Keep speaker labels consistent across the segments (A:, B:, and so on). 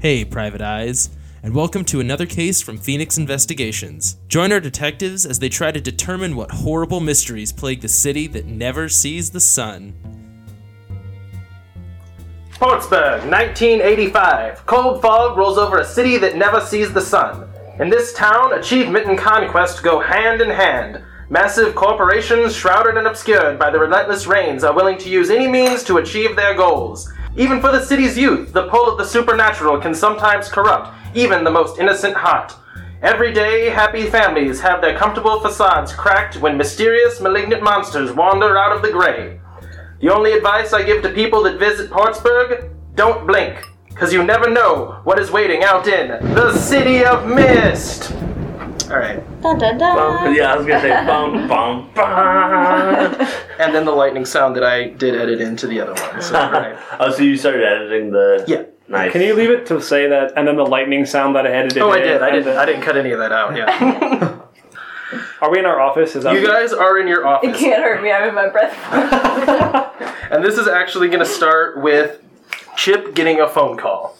A: Hey, Private Eyes, and welcome to another case from Phoenix Investigations. Join our detectives as they try to determine what horrible mysteries plague the city that never sees the sun.
B: Pittsburgh, 1985. Cold fog rolls over a city that never sees the sun. In this town, achievement and conquest go hand in hand. Massive corporations, shrouded and obscured by the relentless rains, are willing to use any means to achieve their goals. Even for the city's youth, the pull of the supernatural can sometimes corrupt even the most innocent heart. Everyday, happy families have their comfortable facades cracked when mysterious, malignant monsters wander out of the gray. The only advice I give to people that visit Portsburg don't blink, because you never know what is waiting out in the City of Mist! Alright,
C: Dun, dun,
D: Bum,
C: dun.
D: yeah, I was gonna say bum bum bum.
B: and then the lightning sound that I did edit into the other one. So, alright.
D: oh, so you started editing the
B: Yeah.
D: Nice.
E: Can you leave it to say that, and then the lightning sound that I edited?
B: Oh, I
E: in,
B: did. I
E: and
B: didn't.
E: then-
B: I didn't cut any of that out. Yeah.
E: Are we in our office? Is that
B: You guys are in your
C: It
B: office,
C: can't hurt me. I'm in my breath.
B: and this is actually going to start with Chip getting a phone call.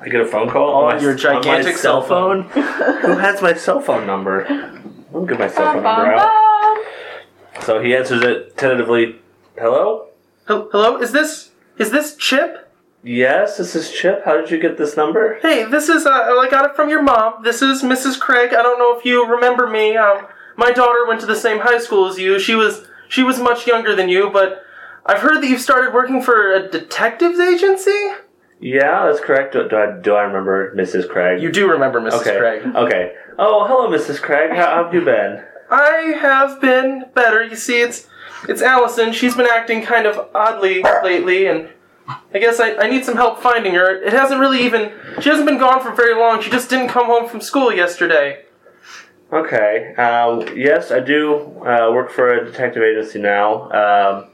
D: I get a phone call
B: On
D: my-
B: your
D: on my
B: gigantic
D: cell
B: cell
D: phone. Who has my cell phone number? I'll get my cell phone
C: Bum,
D: number
C: bum,
D: out.
C: bum.
D: So he answers it tentatively. Hello.
B: Hel- Hello, is this is this Chip?
D: Yes, this is Chip. How did you get this number?
B: Hey, this is uh, I got it from your mom. This is Mrs. Craig. I don't know if you remember me. Um, my daughter went to the same high school as you. She was she was much younger than you, but I've heard that you've started working for a detectives agency.
D: Yeah, that's correct. Do, do I do I remember Mrs. Craig?
B: You do remember Mrs.
D: okay.
B: Craig.
D: Okay. Oh, hello, Mrs. Craig. How have you been?
B: I have been better. You see, it's it's Allison. She's been acting kind of oddly lately, and I guess I, I need some help finding her. It hasn't really even she hasn't been gone for very long. She just didn't come home from school yesterday.
D: Okay. Uh, yes, I do uh, work for a detective agency now. Um,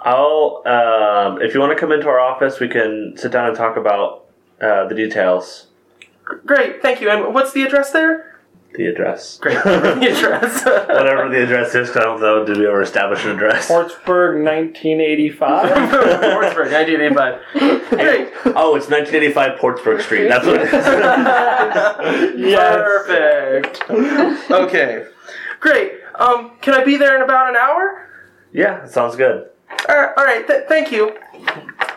D: I'll um, if you want to come into our office, we can sit down and talk about uh, the details,
B: Great, thank you. And what's the address there?
D: the address.
B: Great, the address.
D: Whatever the address is, 'cause I don't know. Did we ever establish an address?
E: Portsburg, 1985?
B: Portsburgh, 1985. Great,
D: oh, it's 1985 Portsburg Street. That's what it is.
E: yes.
B: perfect. Okay, great. Um, can I be there in about an hour?
D: yeah, sounds good.
B: Uh, all right, th- thank you.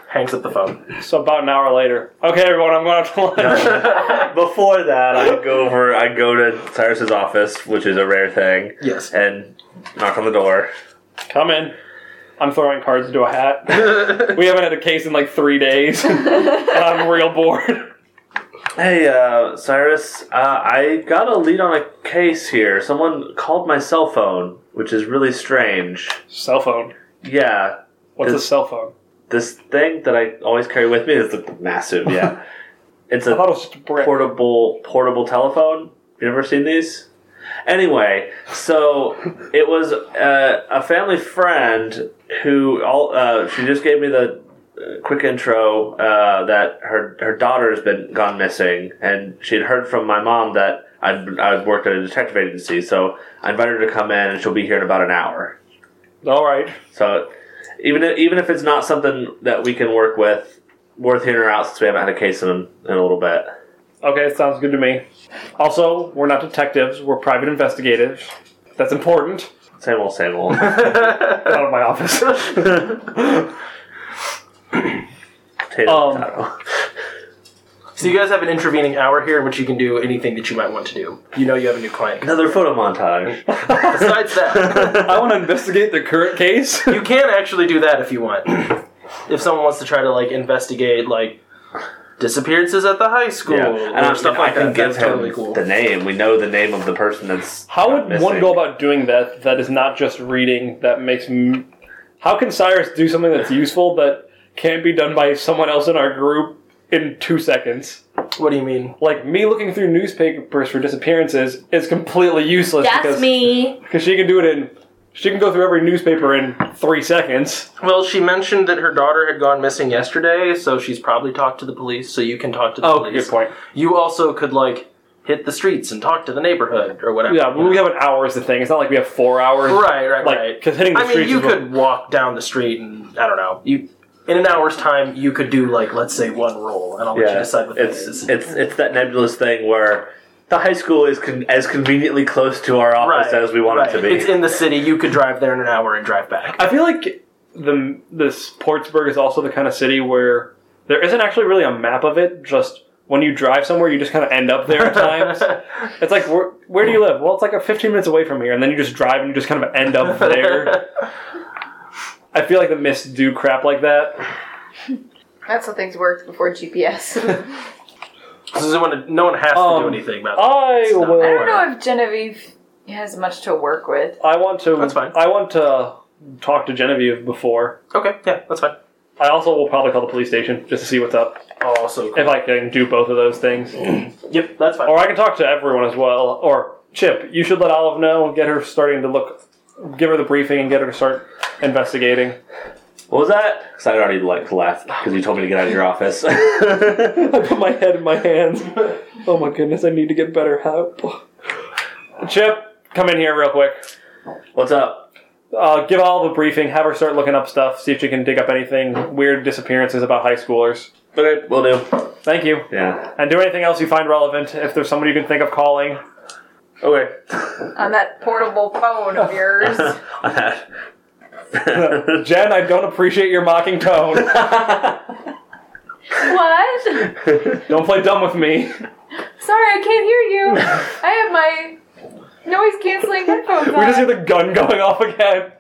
B: Hangs up the phone.
E: So about an hour later. Okay, everyone, I'm going to lunch.
D: Before that, I go over. I go to Cyrus's office, which is a rare thing,
B: Yes.
D: and knock on the door.
E: Come in. I'm throwing cards into a hat. We haven't had a case in like three days, and I'm real bored.
D: Hey, uh, Cyrus, uh, I got a lead on a case here. Someone called my cell phone, which is really strange.
E: Cell phone.
D: Yeah,
E: What's a
D: Is-
E: cell phone?
D: this thing that I always carry with me is massive, yeah. it's
E: I thought it
D: a
E: was just a brick.
D: portable portable telephone. You ever seen these? Anyway, so it was uh, a family friend who all uh, she just gave me the uh, quick intro uh, that her her daughter has been gone missing, and she had heard from my mom that I'd, I'd worked at a detective agency, so I invited her to come in, and she'll be here in about an hour.
E: All right.
D: So even if, even if it's not something that we can work with, worth hearing her out since we haven't had a case in, in a little bit.
E: Okay, sounds good to me. Also, we're not detectives, we're private investigators. That's important.
D: Same old, same old.
E: Out of my office.
D: Potato,
E: Um,
D: potato.
B: So you guys have an intervening hour here in which you can do anything that you might want to do. You know you have a new client.
D: Another photo montage.
B: Besides that,
E: I want to investigate the current case.
B: you can actually do that if you want. If someone wants to try to like investigate like disappearances at the high school
E: Oh,
D: Yeah.
B: or
D: And I,
B: stuff
D: I
B: like
D: can
B: that,
D: give
B: that's
D: him
B: totally cool.
D: the name. We know the name of the person that's.
E: How would
D: missing.
E: one go about doing that that is not just reading that makes. M- How can Cyrus do something that's useful that can't be done by someone else in our group in two seconds?
B: What do you mean?
E: Like, me looking through newspapers for disappearances is completely useless
C: That's
E: because
C: me.
E: Because she can do it in. She can go through every newspaper in three seconds.
B: Well, she mentioned that her daughter had gone missing yesterday, so she's probably talked to the police, so you can talk to the
E: Oh,
B: police.
E: good point.
B: You also could like hit the streets and talk to the neighborhood or whatever.
E: Yeah, well, we have an hour is the thing. It's not like we have four hours.
B: Right, right,
E: Like,
B: right.
E: because hitting the
B: I mean,
E: streets
B: you
E: is what-
B: could walk down the street and I don't know. You in an hour's time, you could do like let's say one roll, and I'll let you
D: Yeah,
B: decide what
D: it's
B: that is.
D: it's it's that nebulous thing where the high school is con- as conveniently close to our office as we want
B: right.
D: it to be.
B: It's in the city. You could drive there in an hour and drive back.
E: I feel like the this Portsburg is also the kind of city where there isn't actually really a map of it. Just when you drive somewhere, you just kind of end up there at times. it's like where, where do you live? Well, it's like a 15 minutes away from here, and then you just drive and you just kind of end up there. I feel like the mists do crap like that.
C: That's how things worked before GPS. I
B: This is when no one has
E: Um,
B: to do anything about it.
E: I
B: not-
E: will.
B: I
C: don't know if Genevieve has much to work with.
E: I want to.
B: That's fine.
E: I want to talk to Genevieve before.
B: Okay, yeah, that's fine.
E: I also will probably call the police station just to see what's up.
B: Also, cool.
E: If I can do both of those things.
B: yep, that's fine.
E: Or I can talk to everyone as well. Or Chip, you should let Olive know. Get her starting to look. Give her the briefing and get her to start investigating.
D: what was that? Because I'd already like left because you told me to get out of your office.
E: I put my head in my hands. Oh my goodness, I need to get better help. Chip, come in here real quick.
D: What's up?
E: Uh, give Olive a briefing. Have her start looking up stuff. See if she can dig up anything weird disappearances about high schoolers.
D: Okay, we'll do.
E: Thank you.
D: Yeah.
E: And do anything else you find relevant. If there's someone you can think of calling.
D: Okay.
C: On that portable phone of yours.
E: Jen, I don't appreciate your mocking tone.
C: what?
E: don't play dumb with me.
C: Sorry, I can't hear you. I have my noise canceling headphones
E: We just hear
C: on.
E: the gun going off again.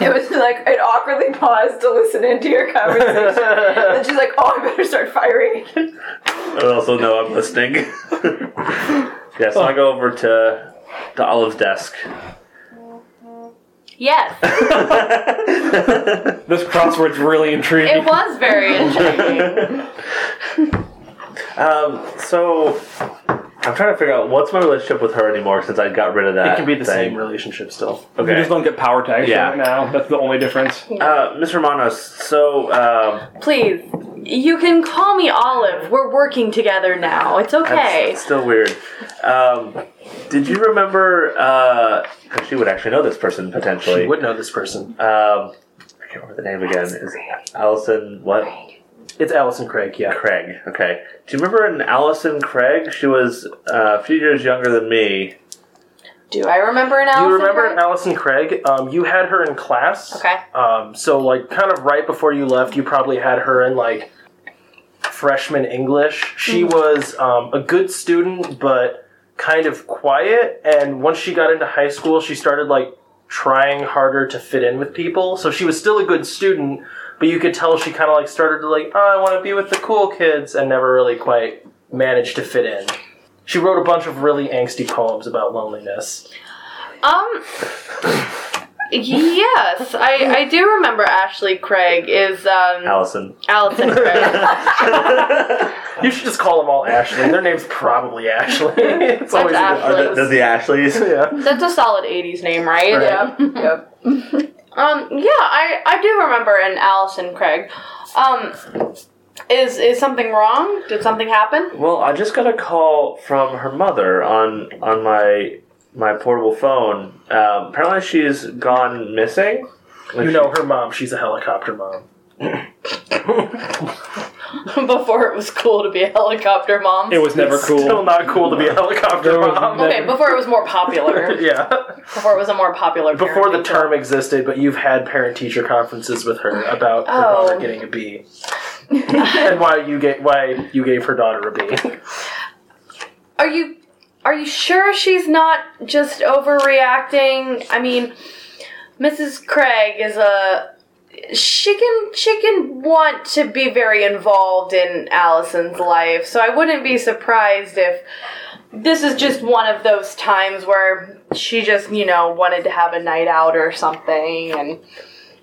C: It was like it awkwardly paused to listen into your conversation. and she's like, "Oh, I better start firing."
D: I also know I'm listening. yeah, so I go over to to Olive's desk.
C: yes,
E: This crossword's really intriguing.
C: it was very intriguing.
D: Um, so I'm trying to figure out what's my relationship with her anymore since I got rid of that.
B: it can be the
D: thing.
B: same relationship still.
E: We
D: Okay.
E: just don't get power tags
D: Yeah.
E: right now. That's the only difference.
D: Uh, Miss Romanos, so um,
F: Please, you can call me Olive. We're working together now. It's okay.
D: That's still weird. Um, did you remember? Because she would actually know this person potentially.
B: You would know this person.
D: Um, I can't remember the name again. Is Allison what?
B: It's Allison Craig. Yeah.
D: Craig. Okay. Do you remember an Allison Craig? She was uh, a few years younger than me.
F: Do I remember an Allison?
B: you remember
F: Craig?
B: Allison Craig? Um, you had her in class.
F: Okay.
B: Um, so like kind of right before you left, you probably had her in like freshman English. She was um, a good student, but kind of quiet. And once she got into high school, she started like trying harder to fit in with people. So she was still a good student, but you could tell she kind of like started to like, oh, I want to be with the cool kids, and never really quite managed to fit in. She wrote a bunch of really angsty poems about loneliness.
F: Um. Yes, I, I do remember Ashley Craig is um
D: Allison.
F: Allison Craig.
B: You should just call them all Ashley. Their name's probably Ashley. it's always
F: Ashley.
D: Are the, they're the Ashleys.
B: A good, yeah.
F: That's a solid '80s name, right?
B: Right.
F: Yeah.
C: yep.
F: Um. Yeah, I, I do remember an Allison Craig. Um. Is is something wrong? Did something happen?
D: Well, I just got a call from her mother on on my my portable phone. Um, apparently, she's gone missing. Like,
B: You know her mom. She's a helicopter mom.
F: before it was cool to be a helicopter mom.
E: It was never
B: It's
E: cool.
B: Still not cool to be a helicopter
E: There was
B: mom.
E: no-
F: okay, before it was more popular.
B: yeah.
F: Before it was a more popular.
B: Before the
F: parenting.
B: term existed, but you've had parent-teacher conferences with her about her
F: Oh.
B: daughter getting a B, and why you get why you gave her daughter a B.
F: Are you are you sure she's not just overreacting? I mean, Mrs. Craig is a she can she can want to be very involved in Allison's life, so I wouldn't be surprised if this is just one of those times where she just, you know, wanted to have a night out or something and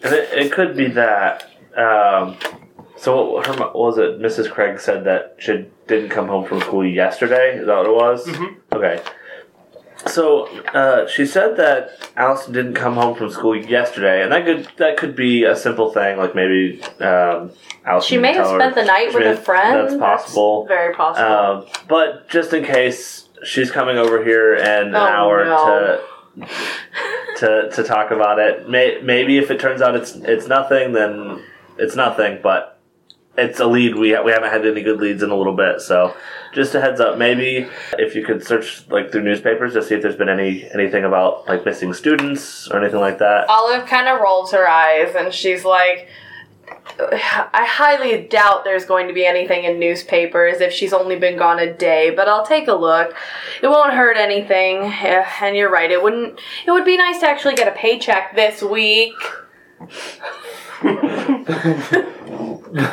D: And it, it could be that. Um, so what her mo- what was it? Mrs. Craig said that she didn't come home from school yesterday. Is that what it was? Okay. So uh, she said that Allison didn't come home from school yesterday, and that could that could be a simple thing, like maybe um, Allison.
F: she may have
D: tell her-
F: spent the night
D: she
F: with
D: may-
F: a friend.
D: That's possible.
F: very possible.
D: Um, but just in case, she's coming over here in an
F: Oh,
D: hour
F: no.
D: to to talk about it. May, maybe if it turns out it's it's nothing, then it's nothing. But it's a lead. We ha- we haven't had any good leads in a little bit, so just a heads up. Maybe if you could search like through newspapers to see if there's been any anything about like missing students or anything like that.
F: Olive kind of rolls her eyes and she's like, I highly doubt there's going to be anything in newspapers if she's only been gone a day, but I'll take a look. It won't hurt anything. Eh, And you're right, it wouldn't. It would be nice to actually get a paycheck this week.
E: the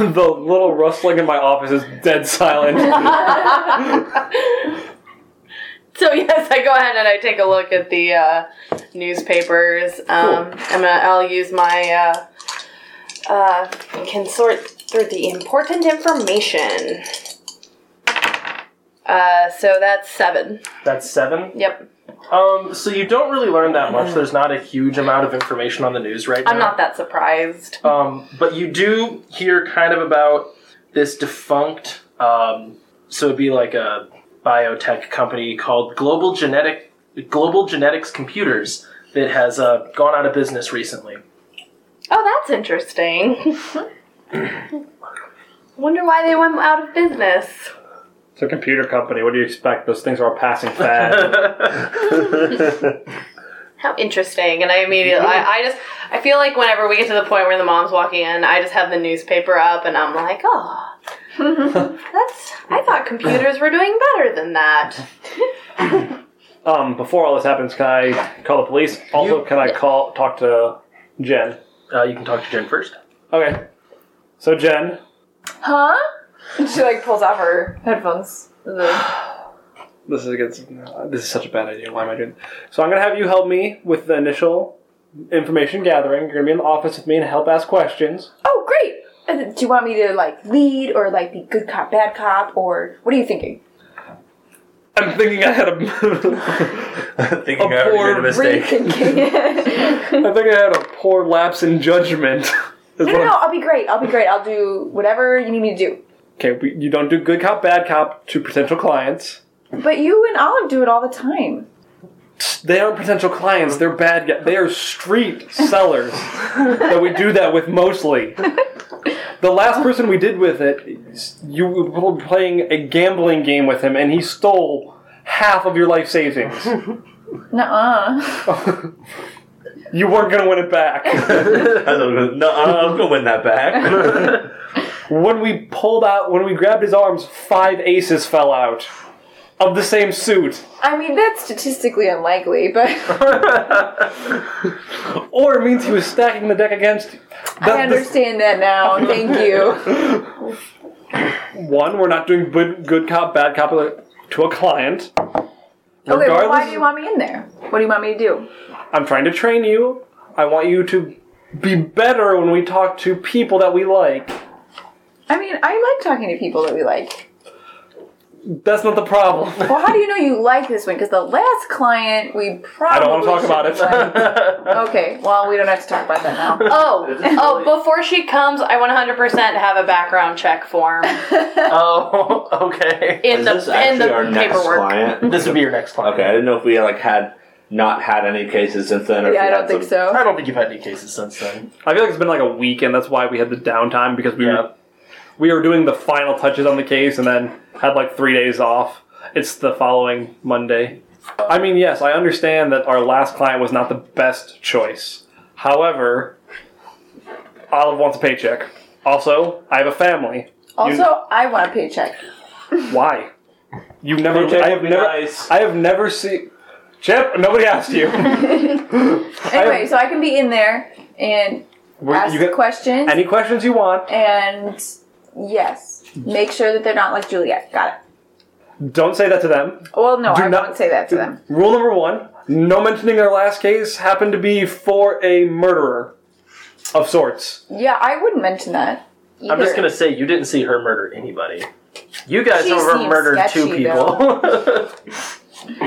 E: little rustling in my office is dead silent.
F: So yes, I go ahead and I take a look at the uh, newspapers. Um, I'm gonna, I'll use my uh, uh, can sort through the important information. Uh, so that's seven.
B: That's seven.
F: Yep,
B: Um, so you don't really learn that much. There's not a huge amount of information on the news right now.
F: I'm not that surprised.
B: Um, but you do hear kind of about this defunct, um, so it'd be like a biotech company called Global Genetic Global Genetics Computers that has uh, gone out of business recently.
F: Oh, that's interesting. Wonder why they went out of business.
E: It's a computer company. What do you expect? Those things are a passing fad.
B: Uh,
F: How interesting. And I immediately, I, I just, I feel like whenever we get to the point where the mom's walking in, I just have the newspaper up and I'm like, oh, that's, I thought computers were doing better than that.
E: um, before all this happens, can I call the police? Also, can I call talk to Jen?
B: Uh, you can talk to Jen first.
E: Okay. So Jen,
C: Huh? She like pulls out her headphones. The-
E: this is against, this is such a bad idea. Why am I doing? So I'm gonna have you help me with the initial information gathering. You're gonna be in the office with me and help ask questions.
C: Oh, great. Uh, Do you want me to like lead or like be good cop, bad cop, or what are you thinking?
E: I'm thinking I had a.
D: Thinking I already
E: poor
D: made a mistake.
C: Rethinking.
E: I think I had a poor lapse in judgment. Is what
C: no, no,
E: I'm-
C: no. I'll be great. I'll be great. I'll do whatever you need me to do.
E: Okay, we, you don't do good cop, bad cop to potential clients.
C: But you and Olive do it all the time.
E: They aren't potential clients. They're bad. Guys. They are street sellers that we do that with mostly. The last person we did with it, you were playing a gambling game with him, and he stole half of your life savings.
C: Nuh-uh.
E: You weren't gonna win it back.
D: I was gonna- no, I'm gonna win that back.
E: When we pulled out, when we grabbed his arms, five aces fell out of the same suit.
C: I mean, that's statistically unlikely, but
E: Or it means he was stacking the deck against.
C: I
E: that- this-
C: understand that now. Thank you.
E: One, we're not doing good, good cop, bad cop to a client.
C: Okay, well, why
E: Regardless-
C: do you want me in there? What do you want me to do?
E: I'm trying to train you. I want you to be better when we talk to people that we like.
C: I mean, I like talking to people that we like.
E: That's not the problem.
C: Well, how do you know you like this one? Because the last client we probably
E: I don't want to talk about it.
C: it. okay, well, we don't have to talk about that now.
F: Oh, oh, before she comes, I 100% have a background check form
B: Oh, okay.
F: in the, in the paperwork.
D: client?
B: This would be your next client.
D: Okay, I didn't know if we like had not had any cases since then. Or if
C: Yeah,
D: we
C: I
D: had
C: don't think
D: some-
B: I
C: so.
B: don't think you've had any cases since then.
E: I feel like it's been like a week, and that's why we had the downtime because we
B: Yeah.
E: were, we were doing the final touches on the case, and then had like three days off. It's the following Monday. I mean, yes, I understand that our last client was not the best choice. However, Olive wants a paycheck. Also, I have a family.
C: Also, I want a paycheck.
E: Why? You've never.
D: Paycheck
E: I have
D: would be
E: never.
D: nice.
E: I have never seen. Chip, nobody asked you.
C: Anyway, so I can be in there and
E: Were-
C: ask
E: you get-
C: questions
E: any questions you want.
C: and yes, make sure that they're not like Juliet. Got it.
E: Don't say that to them.
C: Well, no,
E: Do
C: I
E: not-
C: won't say that to them.
E: Rule number one: no mentioning our last case happened to be for a murderer of sorts.
C: Yeah, I wouldn't mention that. Either.
B: I'm just gonna say you didn't see her murder anybody. You guys
C: She
B: over
C: seems
B: murdered two
C: sketchy,
B: people.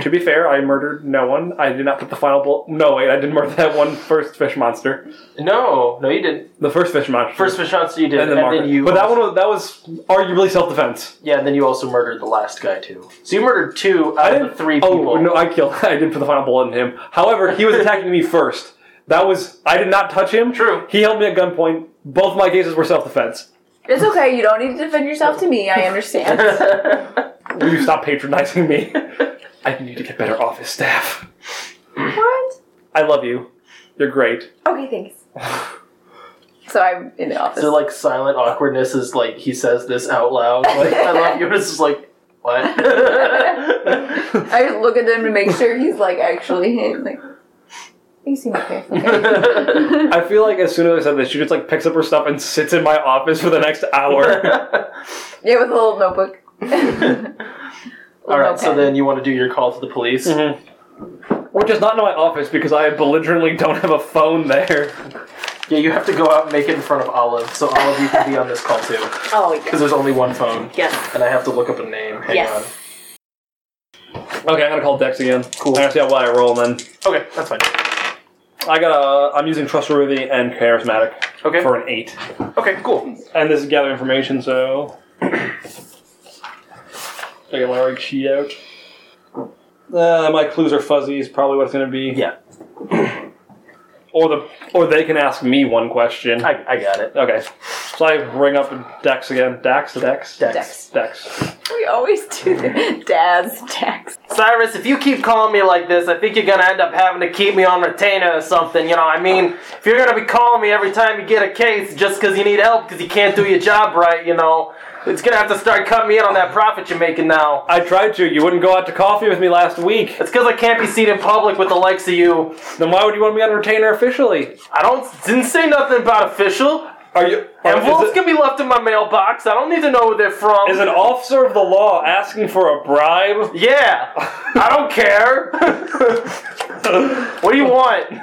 E: To be fair, I murdered no one. I did not put the final blow. No, wait, I did murder that one first fish monster.
B: No, no, you didn't.
E: The first fish monster.
B: First fish monster you did,
E: and
B: and,
E: then, Margaret.
B: then you.
E: But that one was, that was arguably self defense.
B: yeah, and then you also murdered the last guy too. So you murdered two
E: I
B: out of
E: didn't
B: the three
E: oh,
B: people.
E: no, I killed. I did put the final bullet in him. However, he was attacking me first. That was I did not touch him.
B: True.
E: He held me at gunpoint. Both my cases were self defense.
C: It's okay. You don't need to defend yourself to me. I understand.
E: Will you stop patronizing me? I need to get better office staff.
C: what?
E: I love you. You're great.
C: Okay, thanks. So I'm in the office.
B: so like silent awkwardness is like he says this out loud. Like I love you. and It's just like what?
C: I just look at him to make sure he's like actually him. Like, you seem okay. okay.
E: I feel like as soon as I said this, she just like picks up her stuff and sits in my office for the next hour.
C: yeah, with a little notebook.
B: All right, so then you want to do your call to the police.
E: Which is not in my office because I belligerently don't have a phone there.
B: Yeah, you have to go out and make it in front of Olive, so Olive, you can be on this call too,
F: Oh,
B: because there's only one phone,
F: yes.
B: and I have to look up a name. Hang
F: Yes.
E: Okay, I'm gonna call Dex again.
B: Cool.
E: I gotta see how well I roll then.
B: on. Okay, that's fine.
E: I got a. I'm using trustworthy and charismatic
B: Okay.
E: for an eight.
B: Okay, cool.
E: And this is gather information, so. I get my org sheet out. Uh, my clues are fuzzy. Is probably what it's gonna be.
B: Yeah.
E: Or the or they can ask me one question.
B: I, I got it.
E: okay. So I ring up Dex again. Dax, Dex,
B: Dex.
C: Dex.
E: Dex.
C: We always do
B: Mm-hmm.
C: that. Dad's text.
B: Cyrus, if you keep calling me like this, I think you're gonna end up having to keep me on retainer or something. You know, I mean, if you're gonna be calling me every time you get a case just because you need help because you can't do your job right, you know, it's gonna have to start cutting me in on that profit you're making now.
E: I tried to. You wouldn't go out to coffee with me last week.
B: It's because I can't be seen in public with the likes of you.
E: Then why would you want me on retainer officially?
B: I don't didn't say nothing about official.
E: Are you? Are,
B: Envelopes
E: is, it,
B: can be left in my mailbox. I don't need to know where they're from.
E: is an officer of the law asking for a bribe?
B: yeah, I don't care. what do you want?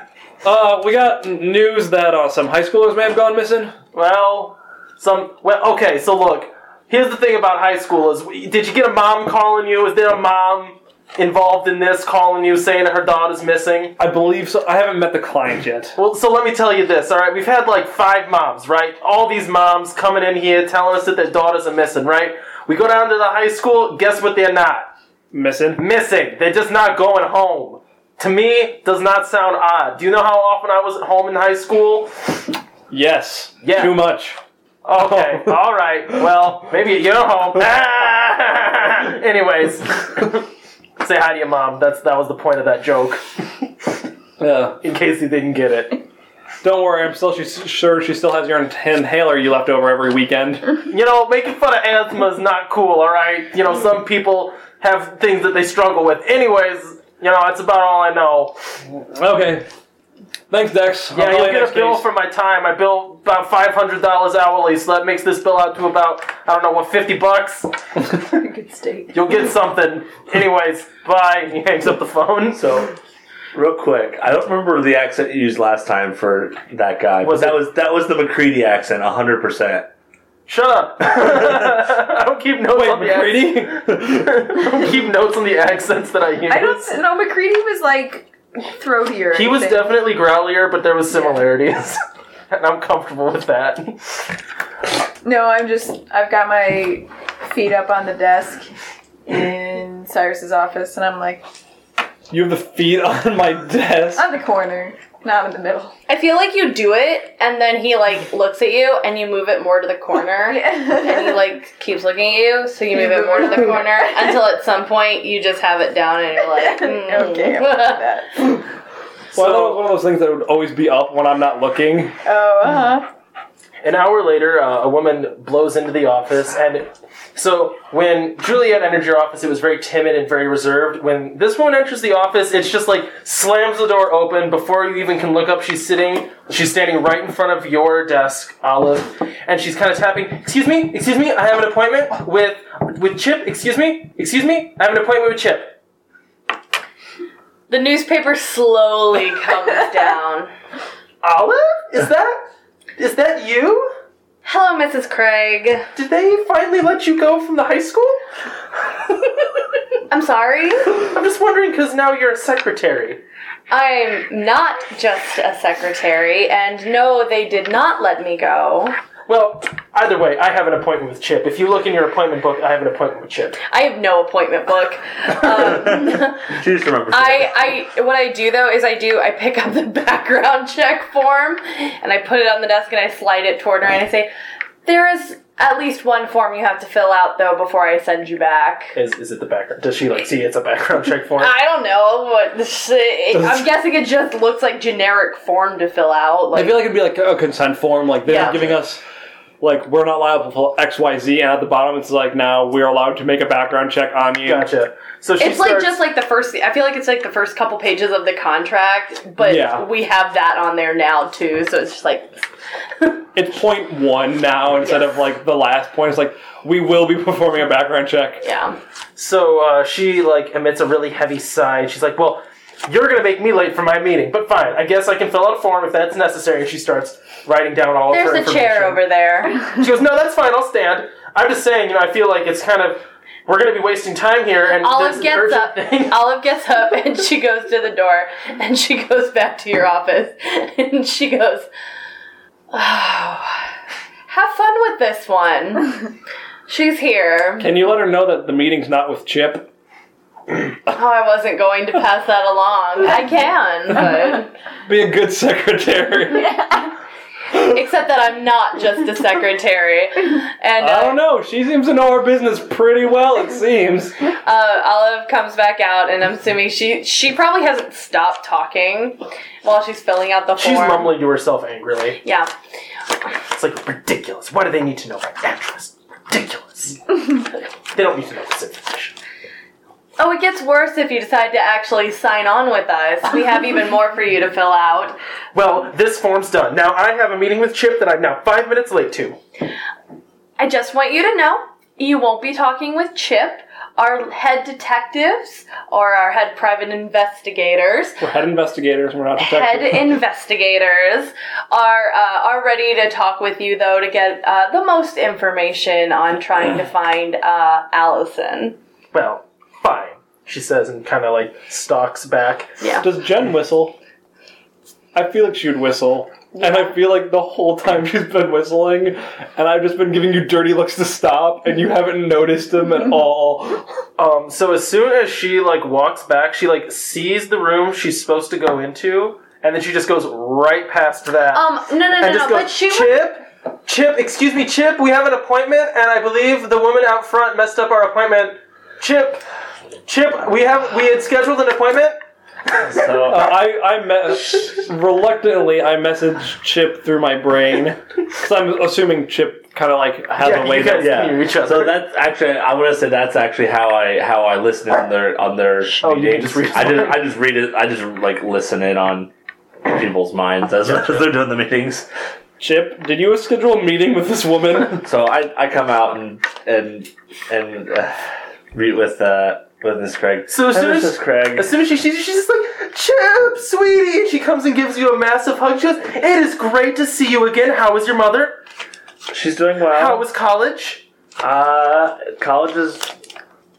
E: Uh, we got n- news that uh, some high schoolers may have gone missing.
B: Well, some. Well, okay. So look, here's the thing about high school: is did you get a mom calling you? Is there a mom involved in this calling you, saying that her daughter's missing?
E: I believe so. I haven't met the client yet.
B: Well, so let me tell you this. All right, we've had like five moms, right? All these moms coming in here telling us that their daughters are missing, right? We go down to the high school. Guess what? They're not
E: Missing?
B: missing. They're just not going home. To me, does not sound odd. Do you know how often I was at home in high school?
E: Yes.
B: Yeah.
E: Too much.
B: Okay. All right. Well, maybe at your home. Anyways, say hi to your mom. That's that was the point of that joke.
E: Yeah.
B: In case you didn't get it.
E: Don't worry. I'm still she's sure she still has your inhaler you left over every weekend.
B: You know, making fun of asthma is not cool. All right. You know, some people have things that they struggle with. Anyways, you know, that's about all I know.
E: okay. Thanks, Dex. I'll
B: Yeah,
E: call
B: you'll
E: you
B: get
E: next
B: a bill
E: case.
B: for my time. I bill about five hundred dollars hourly, so that makes this bill out to about I don't know what fifty bucks.
C: Good state.
B: You'll get something. Anyways, bye. He hangs up the phone. So.
D: Real quick, I don't remember the accent you used last time for that guy. but
B: Was it-
D: that was that was the McCready accent, hundred percent.
B: Shut up! I don't keep notes
E: Wait,
B: on the ac-
E: McCready?
B: I don't keep notes on the accents that I use.
C: I don't know. McCready was like throatier. I
B: he was
C: think.
B: definitely growlier, but there was similarities, and I'm comfortable with that.
C: No, I'm just. I've got my feet up on the desk in Cyrus's office, and I'm like
E: You have the feet on my desk.
C: on the corner, not in the middle.
F: I feel like you do it, and then he like looks at you, and you move it more to the corner,
B: Mm.
F: and he like keeps looking at you, so you move it more to the corner until at some point you just have it down, and you're like, mm.
C: okay, I'm not that.
E: Well, that
B: So-
E: was one of those things that would always be up when I'm not looking.
C: Oh,
B: Mm.
C: uh-huh.
B: An hour later, uh, a woman blows into the office, and so when Juliet entered your office, it was very timid and very reserved. When this woman enters the office, it's just like slams the door open before you even can look up. She's sitting, she's standing right in front of your desk, Olive, and she's kind of tapping. Excuse me, excuse me, I have an appointment with with Chip. Excuse me, excuse me, I have an appointment with Chip.
F: the newspaper slowly comes down.
B: Olive, is that is that you?
F: Hello, Mrs. Craig.
B: Did they finally let you go from the high school?
F: I'm sorry.
B: I'm just wondering because now you're a secretary.
F: I'm not just a secretary, and no, they did not let me go.
B: Well, either way, I have an appointment with Chip. If you look in your appointment book, I have an appointment with Chip.
F: I have no appointment book. Um,
D: She just remembers.
F: I, I, what I do though is I do I pick up the background check form and I put it on the desk and I slide it toward her and I say, "There is at least one form you have to fill out though before I send you back."
B: Is, is it the background? Does she like see it's a background check form?
F: I don't know what. this- it- I'm guessing it just looks like generic form to fill out.
E: I
F: Like,
E: feel like it'd be like a consent form. Like they're
F: Yeah.
E: giving us, like we're not liable for X, Y, Z, and at the bottom it's like now we're allowed to make a background check on you.
B: Gotcha. So she
F: it's like
B: starts.
F: just like the first. I feel like it's like the first couple pages of the contract, but
E: Yeah.
F: we have that on there now too. So it's just like
E: It's point one now instead of like the last point. It's like we will be performing a background check.
F: yeah.
B: so uh, she like emits a really heavy sigh. and She's like, "Well, you're gonna make me late for my meeting, but fine. I guess I can fill out a form if that's necessary." And she starts writing down all of her
F: There's a
B: information.
F: chair over there.
B: She goes, "No, that's fine. I'll stand." I'm just saying, you know, I feel like it's kind of we're gonna be wasting time here, and
F: Olive
B: there's an
F: gets
B: urgent
F: up.
B: thing.
F: Olive gets up and she goes to the door and she goes back to your office and she goes, "Oh, have fun with this one." She's here.
E: Can you let her know that the meeting's not with Chip?
F: Oh, I wasn't going to pass that along. I can, but
E: Be a good secretary.
F: except that I'm not just a secretary. And
E: I
F: uh,
E: don't know. She seems to know our business pretty well. It seems.
F: uh, Olive comes back out, and I'm assuming she she probably hasn't stopped talking while she's filling out the form.
B: She's mumbling to herself angrily.
F: Yeah.
B: It's like ridiculous. Why do they need to know my address? Ridiculous. they don't need to know this information.
F: Oh, it gets worse if you decide to actually sign on with us. We have even more for you to fill out.
B: Well, this form's done. Now I have a meeting with Chip that I'm now five minutes late to.
F: I just want you to know you won't be talking with Chip, our head detectives, or our head private investigators.
E: We're head investigators. We're not
F: Head
E: detectives.
F: investigators are uh, are ready to talk with you though to get uh, the most information on trying to find uh, Allison.
B: Well, fine, she says and kind of like stalks back.
F: Yeah.
E: Does Jen whistle? I feel like she would whistle. And I feel like the whole time she's been whistling, and I've just been giving you dirty looks to stop, and you haven't noticed them at all.
B: Um, so as soon as she like walks back, she like sees the room she's supposed to go into, and then she just goes right past that.
F: Um. No. No. No.
B: and
F: no
B: just goes,
F: but she was.
B: Chip, Chip, excuse me, Chip, we have an appointment, and I believe the woman out front messed up our appointment. Chip, Chip, we have we had scheduled an appointment.
D: So,
E: Uh, I, I me- reluctantly I messaged Chip through my brain because I'm assuming Chip kind of like has a way
B: you
E: that
B: guys
D: yeah.
B: can hear each other.
D: So that's actually I want to say that's actually how I how I listen on their on their
B: Oh, you
D: meetings.
B: just read
D: I just I just read it. I just like listen in on people's minds as, as they're doing the meetings.
E: Chip, did you schedule a meeting with this woman?
D: So I, I come out and and and uh, meet with uh, with Miss Craig.
B: So as
D: Hi,
B: soon as-
D: Mrs. Craig.
B: As soon as she sees you, she's just like, Chip, sweetie! And she comes and gives you a massive hug. She goes, It is great to see you again. How was your mother?
D: She's doing
B: How
D: well.
B: was college?
D: uh, college is.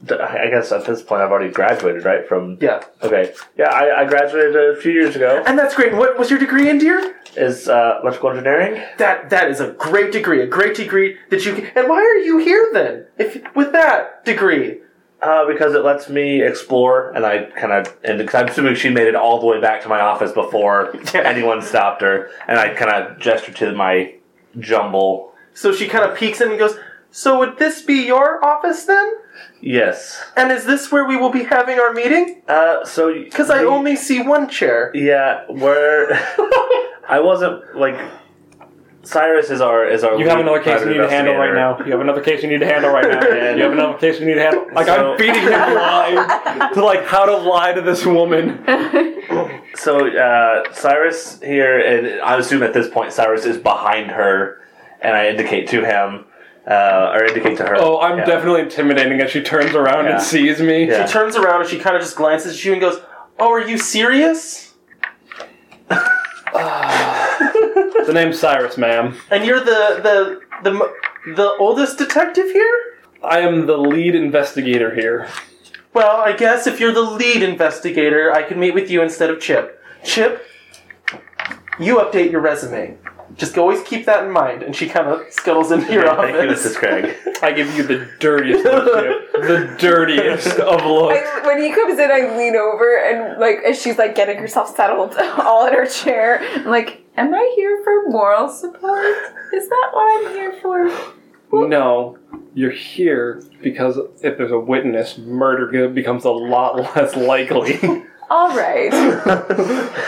D: I guess at this point I've already graduated, right? From
B: Yeah.
D: okay, yeah, I, I graduated a few years ago.
B: And that's great. And What was your degree in, dear?
D: Is uh, electrical engineering?
B: That that is a great degree, a great degree that you can. And why are you here then? If with that degree,
D: Uh, because it lets me explore, and I kind of, and because I'm assuming she made it all the way back to my office before anyone stopped her, and I kind of gestured to my jumble.
B: so she kind of peeks in and goes, "So would this be your office then?
D: Yes.
B: And is this where we will be having our meeting?
D: Uh, so
B: Because I
D: the-
B: only see one chair."
D: yeah, we're. I wasn't like. Cyrus is our is our.
E: You have
D: lead
E: another case
D: private
E: you need to handle right
D: investigator.
E: now. You have another case you need to handle right now. You have another case you need to handle. Like I'm
D: So-
E: feeding him lies to like how to lie to this woman.
D: So uh, Cyrus here, and I assume at this point Cyrus is behind her, and I indicate to him, uh, or indicate to her.
E: Oh, I'm
D: yeah.
E: definitely intimidating as she turns around
D: Yeah.
E: and sees me.
D: Yeah.
B: She turns around and she kind of just glances at you and goes, "Oh, are you serious?"
E: The name's Cyrus, ma'am.
B: And you're the the the m- the oldest detective here.
E: I am the lead investigator here.
B: Well, I guess if you're the lead investigator, I can meet with you instead of Chip. Chip, you update your resume. Just always keep that in mind. And she kind of scuttles into your
D: Thank you,
B: office.
D: Mrs. Craig.
E: I give you the dirtiest look, Chip. The dirtiest of looks.
C: I, when he comes in, I lean over and like as she's like getting herself settled, all in her chair. I'm like, "Am I here for moral support? Is that what I'm here for?"
E: No, you're here because if there's a witness, murder go- becomes a lot less likely.
C: All right.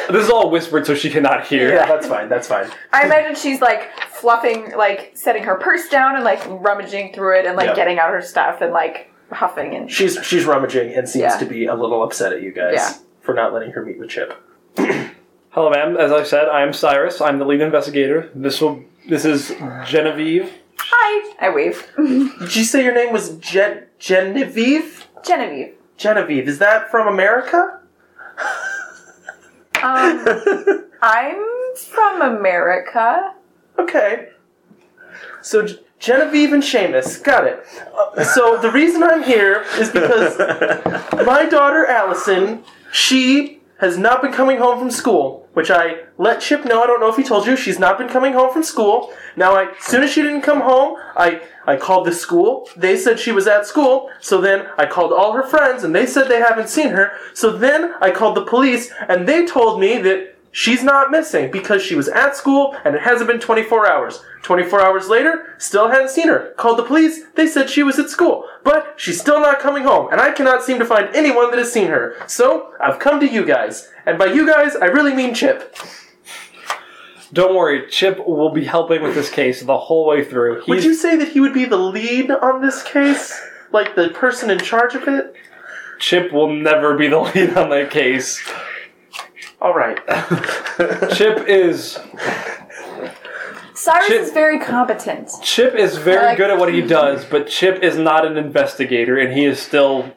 E: this is all whispered so she cannot hear.
B: Yeah, that's fine. That's fine.
C: I imagine she's like fluffing, like setting her purse down and like rummaging through it and like
B: Yeah.
C: getting out her stuff and like huffing and.
B: She's she's rummaging and seems
C: Yeah.
B: to be a little upset at you guys
C: Yeah.
B: for not letting her meet with Chip.
E: Hello, ma'am. As I said, I'm Cyrus. I'm the lead investigator. This will. This is Genevieve.
C: Hi. I wave.
B: Did you say your name was Gen- Genevieve?
C: Genevieve.
B: Genevieve, is that from America?
C: Um, I'm from America.
B: Okay. So G- Genevieve and Seamus, got it. Uh, so the reason I'm here is because my daughter Allison, she has not been coming home from school, which I let Chip know. I don't know if he told you. She's not been coming home from school. Now, I, as soon as she didn't come home, I, I called the school. They said she was at school. So then I called all her friends, and they said they haven't seen her. So then I called the police, and they told me that she's not missing because she was at school, and it hasn't been 24 hours. 24 hours later, still hadn't seen her. Called the police. They said she was at school, but she's still not coming home, and I cannot seem to find anyone that has seen her. So I've come to you guys, and by you guys, I really mean Chip.
E: Don't worry, Chip will be helping with this case the whole way through.
B: Would you say that he would be the lead on this case? Like the person in charge of it?
E: Chip will never be the lead on that case.
B: All right.
E: Chip is
C: Cyrus
E: Shit.
C: is very competent.
E: Chip is very
C: Like-
E: good at what he does, but Chip is not an investigator, and he is still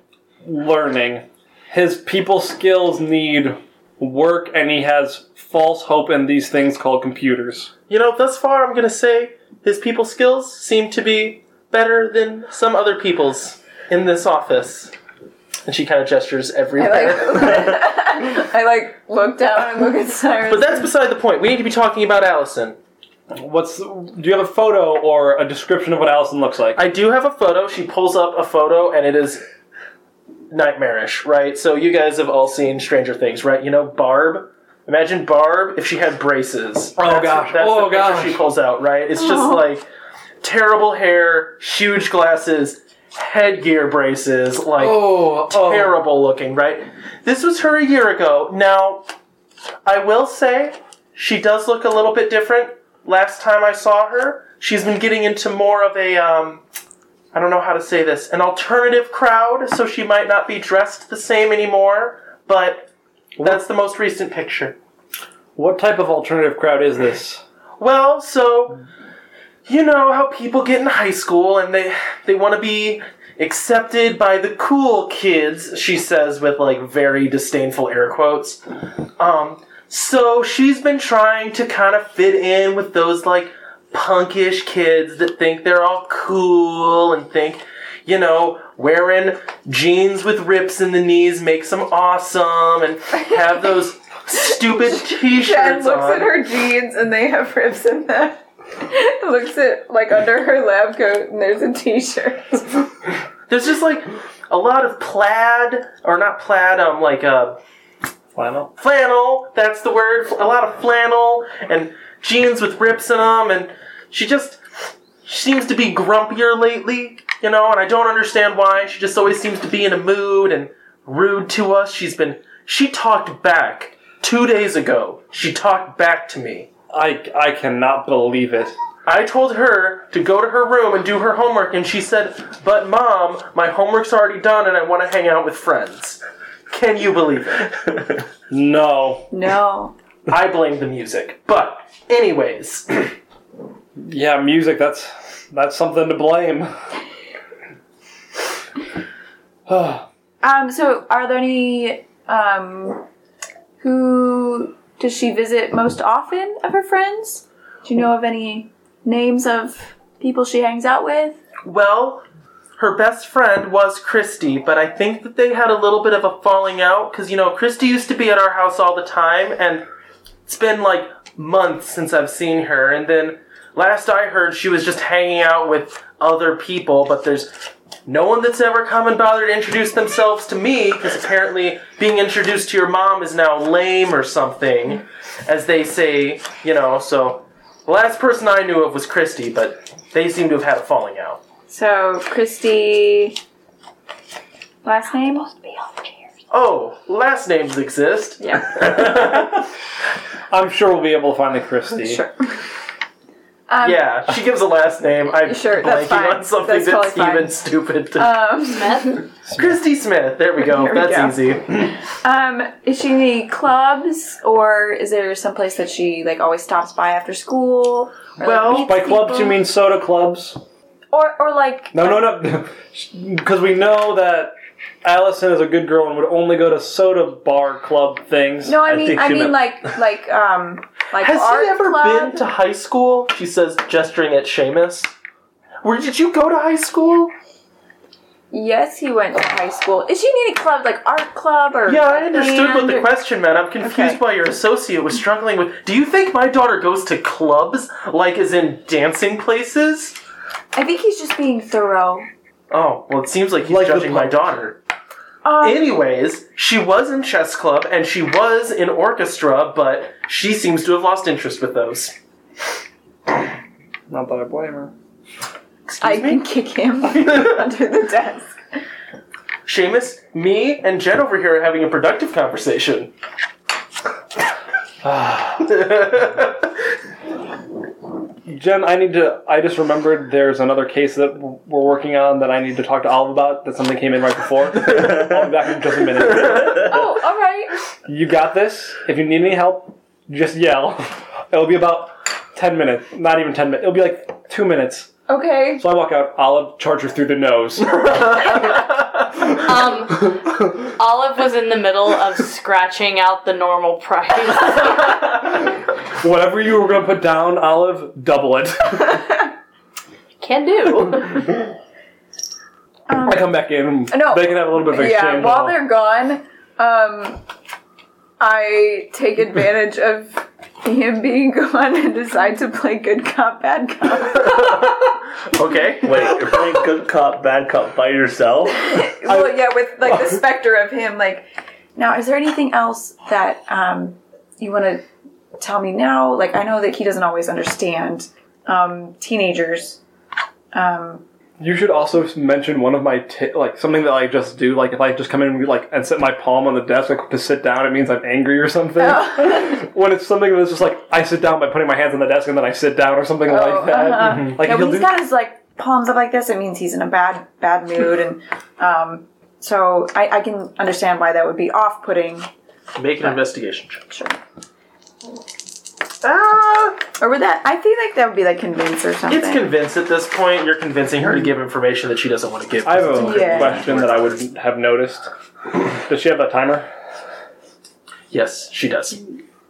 E: learning. His people skills need work, and he has false hope in these things called computers.
B: You know, thus far, I'm gonna say his people skills seem to be better than some other people's in this office. And she kind of gestures
C: I
B: everywhere.
C: like. I like look down and look at Cyrus.
B: but that's beside the point. We need to be talking about Allison.
E: What's? Do you have a photo or a description of what Allison looks like?
B: I do have a photo. She pulls up a photo, and it is nightmarish, right? So you guys have all seen Stranger Things, right? You know Barb. Imagine Barb if she had braces.
E: Oh,
B: that's,
E: gosh.
B: That's
E: Oh,
B: the picture
E: gosh.
B: She pulls out, right? It's just like terrible hair, huge glasses, headgear braces, like
E: oh, oh.
B: terrible looking, right? This was her a year ago. Now, I will say she does look a little bit different. Last time I saw her, she's been getting into more of a um I don't know how to say this, an alternative crowd, so she might not be dressed the same anymore, but that's the most recent picture.
E: What type of alternative crowd is this?
B: Well, so you know how people get in high school and they they want to be accepted by the cool kids, she says with like very disdainful air quotes. Um so she's been trying to kind of fit in with those like punkish kids that think they're all cool and think you know, wearing jeans with rips in the knees makes them awesome and have those stupid t-shirts
C: Jen looks
B: on.
C: at her jeans and they have ribs in them. looks at like under her lab coat and there's a t-shirt.
B: There's just like a lot of plaid, or not plaid, um, like uh,
E: Flannel.
B: flannel. That's the word. A lot of flannel and jeans with rips in them, and she just she seems to be grumpier lately, you know. And I don't understand why. She just always seems to be in a mood and rude to us. She's been she talked back two days ago. She talked back to me.
E: I I cannot believe it.
B: I told her to go to her room and do her homework, and she said, But mom, my homework's already done and I want to hang out with friends. Can you believe it?
E: No.
C: No.
B: I blame the music. But, anyways,
E: Yeah, music. That's that's something to blame.
C: Um, so are there any um who does she visit most often of her friends? Do you know of any names of people she hangs out with?
B: well, her best friend was Christy, but I think that they had a little bit of a falling out because, you know, Christy used to be at our house all the time, and it's been like months since I've seen her. And then last I heard, she was just hanging out with other people, but there's no one that's ever come and bothered to introduce themselves to me because apparently being introduced to your mom is now lame or something, as they say, you know, so. The last person I knew of was Christy, but they seem to have had a falling out.
C: So Christy, last name?
B: Oh, last names exist.
C: Yeah,
E: I'm sure we'll be able to find the Christie.
C: sure. Um,
B: yeah, she gives a last name. I'm
C: Sure, that's
B: blanking
C: fine.
B: on something
C: That's
B: that's,
C: totally
B: even
C: fine.
B: stupid. To...
C: Um,
F: Meth?
B: Christy Smith. There we go.
C: There we
B: that's easy.
C: um, is she in any clubs or is there someplace that she like always stops by after school? Or, like,
B: Well,
C: meets
E: By clubs, you
C: people?
E: mean soda clubs?
C: or or like
E: No, no, no. Because we know that Allison is a good girl and would only go to soda bar club things.
C: no, I
D: I
C: mean
D: think
C: I,
D: she
C: mean
D: meant-
C: like like um like
B: Has
C: art
B: he ever
C: club?
B: been to high school? She says, gesturing at Seamus. Where did you go to high school?
C: Yes, he went to high school. Is she in any club like art club or?
B: Yeah, I understood what
C: band
B: the
C: or-
B: question meant. I'm confused
C: Okay.
B: why your associate was struggling with. Do you think my daughter goes to clubs, like as in dancing places?
C: I think he's just being thorough.
B: Oh, well, it seems like he's
E: Like the
B: judging my
E: pub.
B: daughter.
C: Um,
B: Anyways, she was in chess club and she was in orchestra, but she seems to have lost interest with those.
E: Not that I blame her.
C: I can kick him under the desk.
B: Seamus, me, and Jen over here are having a productive conversation.
E: Jen, I need to. I just remembered there's another case that w- we're working on that I need to talk to Olive about. That something came in right before. I'll be back in just a minute.
C: Oh, all right.
E: You got this. If you need any help, just yell. It'll be about ten minutes. Not even ten minutes. It'll be like two minutes.
C: Okay.
E: So I walk out. Olive charge her through the nose.
F: Um, Olive was in the middle of scratching out the normal price.
E: Whatever you were gonna put down, Olive, double it.
F: Can do.
E: I come back in. and
C: No.
E: They can have a little bit of
C: Yeah,
E: exchange.
C: while they're gone, um, I take advantage of him being gone and decide to play good cop, bad cop.
B: okay.
D: Wait, you're playing good cop, bad cop by yourself?
C: well, yeah, with like the specter of him. Like, now, is there anything else that um, you want to tell me now? Like, I know that he doesn't always understand um, teenagers. Um,
E: You should also mention one of my ti like something that I just do. Like if I just come in and be like and set my palm on the desk like to sit down, it means I'm angry or something.
C: Oh.
E: when it's something that's just like I sit down by putting my hands on the desk and then I sit down or something like that.
C: uh-huh.
E: Mhm. Like
C: Yeah,
E: he'll
C: when he's
E: do-
C: got his like palms up like this, it means he's in a bad bad mood, and um, so I, I can understand why that would be off putting.
B: Make an investigation check.
C: Sure.
B: Ah,
C: Or would that? I feel like that would be like convince or something.
B: it's convinced at this point. You're convincing her to give information that she doesn't want to give.
E: Hmm. I have a
C: Yeah.
E: question that I would have noticed. Does she have that timer?
B: yes, she does.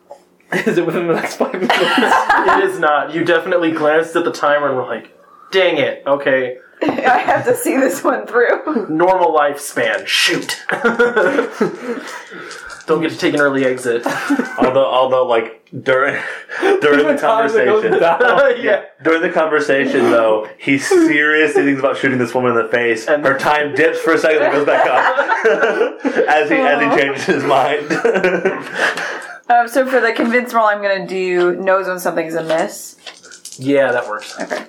E: Is it within the next five minutes?
B: it is not. You definitely glanced at the timer and were like, dang it, okay.
C: I have to see this one through.
B: normal lifespan. Shoot. Don't get to take an early exit.
D: although, although, like, during, during the conversation.
B: yeah.
D: During the conversation, though, he seriously thinks about shooting this woman in the face.
B: And-
D: Her time dips for a second and goes back up as he as he changes his mind.
C: um, so for the convince roll, I'm gonna do knows when something's amiss.
B: Yeah, that works.
C: Okay.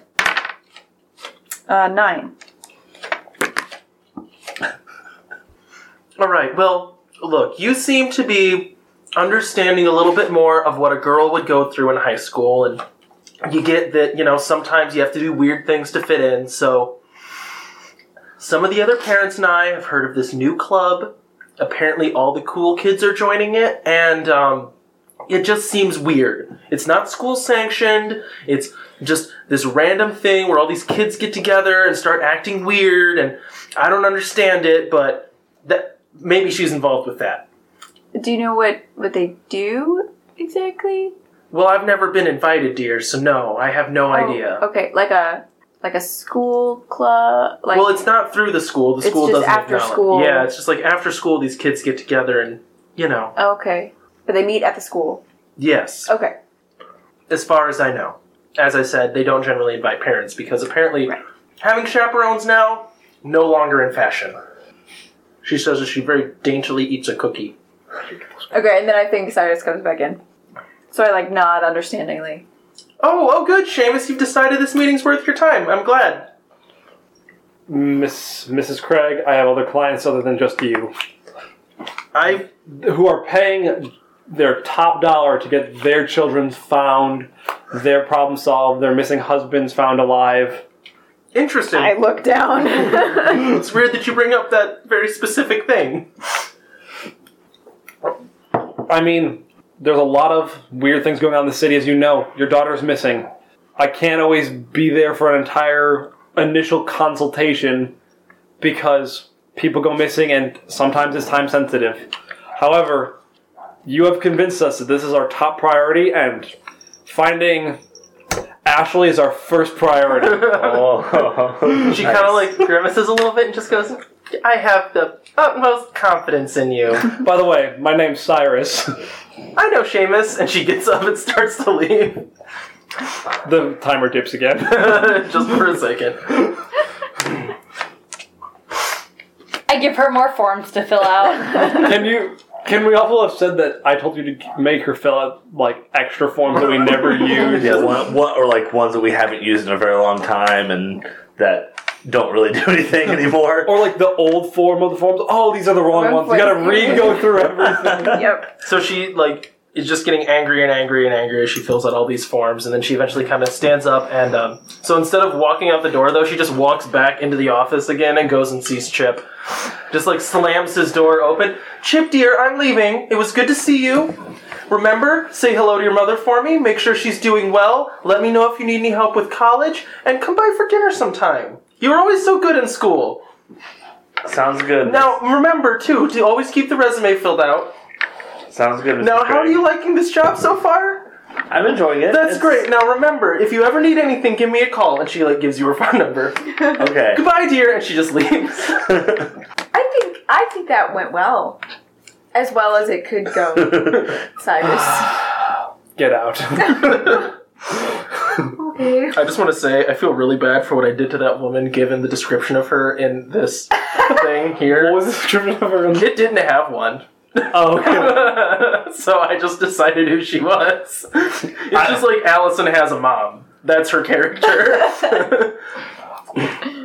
C: Uh, nine.
B: All right. Well, look, you seem to be understanding a little bit more of what a girl would go through in high school and you get that, you know, sometimes you have to do weird things to fit in. So some of the other parents and I have heard of this new club. Apparently all the cool kids are joining it and um it just seems weird. It's not school sanctioned. It's just this random thing where all these kids get together and start acting weird and I don't understand it, but that maybe she's involved with that.
C: Do you know what what they do exactly?
B: Well, I've never been invited, dear, so no, I have no
C: Oh,
B: idea.
C: Okay, like a like a school club. Like,
B: well, it's not through the school. The
C: It's
B: school
C: just
B: doesn't
C: after
B: acknowledge-
C: school.
B: Yeah, it's just like after school, these kids get together and you know.
C: oh, okay, but they meet at the school.
B: Yes,
C: Okay,
B: as far as I know, as I said, they don't generally invite parents because apparently
C: Right.
B: having chaperones now no longer in fashion. She says that she very daintily eats a cookie.
C: okay, and then I think Cyrus comes back in. So I like nod understandingly.
B: Oh, oh, good, Seamus, you've decided this meeting's worth your time. I'm glad.
E: Miss Mrs. Craig, I have other clients other than just you
B: I
E: who are paying their top dollar to get their children found, their problem solved, their missing husbands found alive.
B: interesting.
C: I look down.
B: It's weird that you bring up that very specific thing.
E: I mean, there's a lot of weird things going on in the city, as you know. Your daughter's missing. I can't always be there for an entire initial consultation because people go missing and sometimes it's time sensitive. However, you have convinced us that this is our top priority and finding Ashley is our first priority.
D: Oh.
B: She kind of like grimaces a little bit and just goes, "I have the utmost confidence in you."
E: By the way, my name's Cyrus.
B: I know Seamus, and she gets up and starts to leave
E: the timer dips again.
B: just for a second.
F: I give her more forms to fill out.
E: Can you? Can we also have said that I told you to make her fill out like extra forms that we never use?
D: Yeah, one, one, or like ones that we haven't used in a very long time and that don't really do anything anymore.
E: Or like the old form of the forms. Oh, these are the wrong
C: Wrong
E: ones. You gotta
C: ones.
E: re go through everything.
C: yep.
B: So she like is just getting angrier and angrier and angrier as she fills out all these forms, and then she eventually kind of stands up and um, so instead of walking out the door though, she just walks back into the office again and goes and sees Chip, just like slams his door open. Chip dear, I'm leaving. It was good to see you. Remember, say hello to your mother for me. Make sure she's doing well. Let me know if you need any help with college, and come by for dinner sometime. You were always so good in school.
D: Sounds good.
B: Now remember too to always keep the resume filled out.
D: Sounds good. Mr.
B: Now, how are
D: Craig.
B: you liking this job so far?
D: I'm enjoying it.
B: That's
D: It's-
B: great. Now, remember, if you ever need anything, give me a call. And she like gives you her phone number.
D: Okay.
B: Goodbye, dear. And she just leaves.
C: I think I think that went well, as well as it could go, Cyrus.
E: Get out.
C: okay.
B: I just want to say I feel really bad for what I did to that woman, given the description of her in this thing here.
E: What was the description of her?
B: It didn't have one.
E: Oh, okay.
B: so I just decided who she was. It's just like Allison has a mom. That's her character.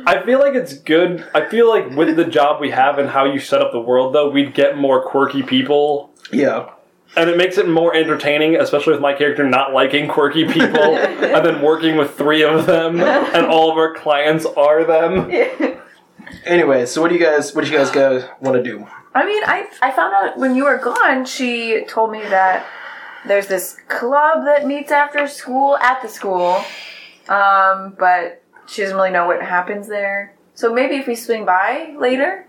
E: I feel like it's good. I feel like with the job we have and how you set up the world, though, we'd get more quirky people.
B: yeah.
E: And it makes it more entertaining, especially with my character not liking quirky people and then working with three of them, and all of our clients are them.
B: Anyway, so what do you guys what do you guys guys want to do?
C: I mean, I I found out when you were gone. She told me that there's this club that meets after school at the school, um, but she doesn't really know what happens there. So maybe if we swing by later.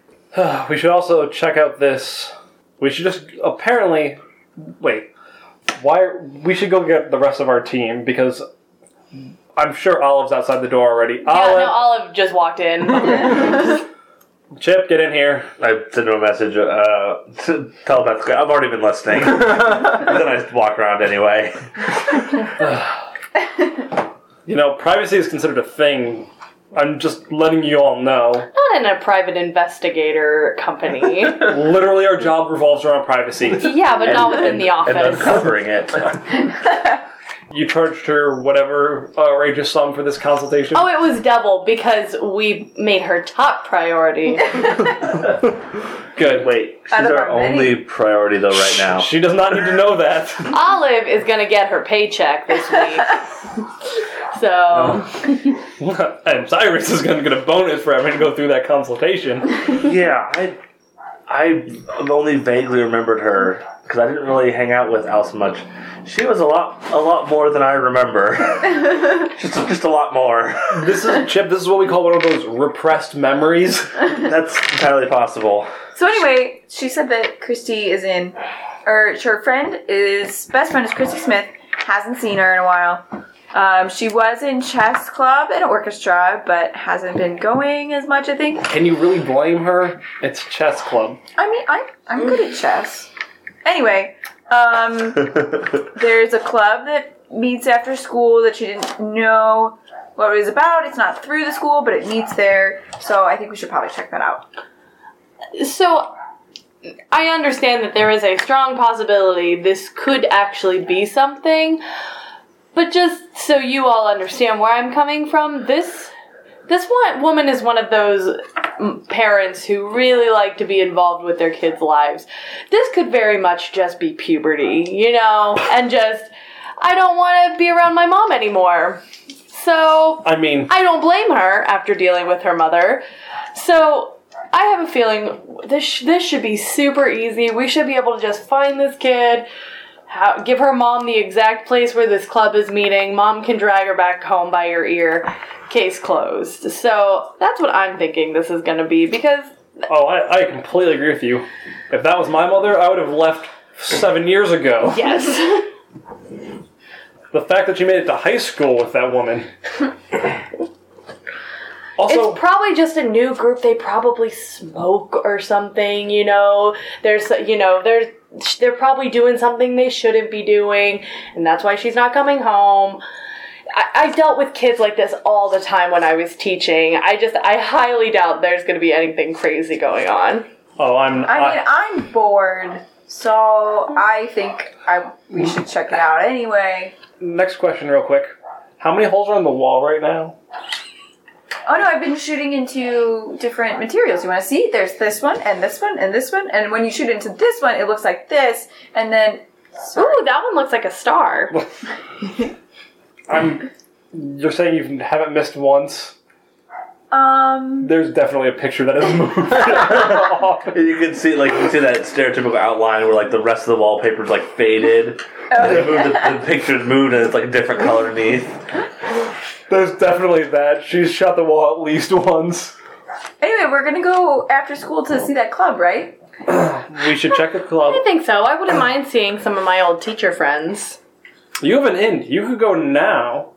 E: we should also check out this. We should just apparently wait. Why we should go get the rest of our team because I'm sure Olive's outside the door already.
F: yeah,
E: Olive,
F: no, Olive just walked in.
E: Chip, get in here.
D: I send him a message uh, to- telepathically. I've already been listening. and then I just walk around anyway.
E: You know, privacy is considered a thing. I'm just letting you all know.
F: Not in a private investigator company.
E: Literally, our job revolves around privacy.
F: Yeah, but not within
D: And-
F: the
D: And
F: office.
D: uncovering it.
E: You charged her whatever outrageous sum for this consultation.
F: Oh, it was double because we made her top priority.
E: Good.
D: Wait, she's
C: Out of
D: our
C: our many.
D: only priority though right now.
E: She does not need to know that.
F: Olive is gonna get her paycheck this week. So
E: and Cyrus is going to get a bonus for having to go through that consultation.
D: Yeah, I I only vaguely remembered her because I didn't really hang out with Alice much. She was a lot a lot more than I remember. just just a lot more.
E: This is Chip. This is what we call one of those repressed memories.
D: That's entirely possible.
C: So anyway, she said that Christy is in, or her friend is best friend is Christy Smith. Hasn't seen her in a while, Um, she was in chess club and orchestra, but hasn't been going as much. I think.
E: Can you really blame her? It's chess club.
C: I mean, I'm I'm good at chess. Anyway, um, there's a club that meets after school that she didn't know what it was about. It's not through the school, but it meets there. So I think we should probably check that out.
F: So I understand that there is a strong possibility this could actually be something. But just so you all understand where I'm coming from, this this one woman is one of those mm, parents who really like to be involved with their kids' lives. This could very much just be puberty, you know, and just I don't want to be around my mom anymore. So
E: I mean,
F: I don't blame her after dealing with her mother. So I have a feeling this sh- this should be super easy. We should be able to just find this kid, how, give her mom the exact place where this club is meeting. Mom can drag her back home by your ear. Case closed. So that's what I'm thinking this is going to be because
E: oh, I, I completely agree with you. If that was my mother, I would have left seven years ago.
F: yes,
E: The fact that you made it to high school with that woman. also,
F: it's probably just a new group. They probably smoke or something. You know, there's you know they're they're probably doing something they shouldn't be doing, and that's why she's not coming home. I, I dealt with kids like this all the time when I was teaching. I just I highly doubt there's going to be anything crazy going on.
E: oh, I'm.
C: I mean, I'm bored, so I think I we should check it out anyway.
E: next question, real quick. How many holes are on the wall right now?
C: Oh no, I've been shooting into different materials. You want to see? There's this one and this one and this one, and when you shoot into this one, it looks like this, and then
F: Ooh, that one looks like a star.
E: I'm. You're saying you haven't missed once.
C: um,
E: There's definitely a picture that has moved. off.
D: You can see like you can see that stereotypical outline where like the rest of the wallpaper's like faded.
F: Oh,
D: And they moved the, the picture's moved and it's like a different color underneath.
E: There's definitely that. She's shot the wall at least once.
C: anyway, we're gonna go after school to see that club, right?
E: We should check the club.
F: I think so. I wouldn't mind seeing some of my old teacher friends.
E: You have an end. You could go now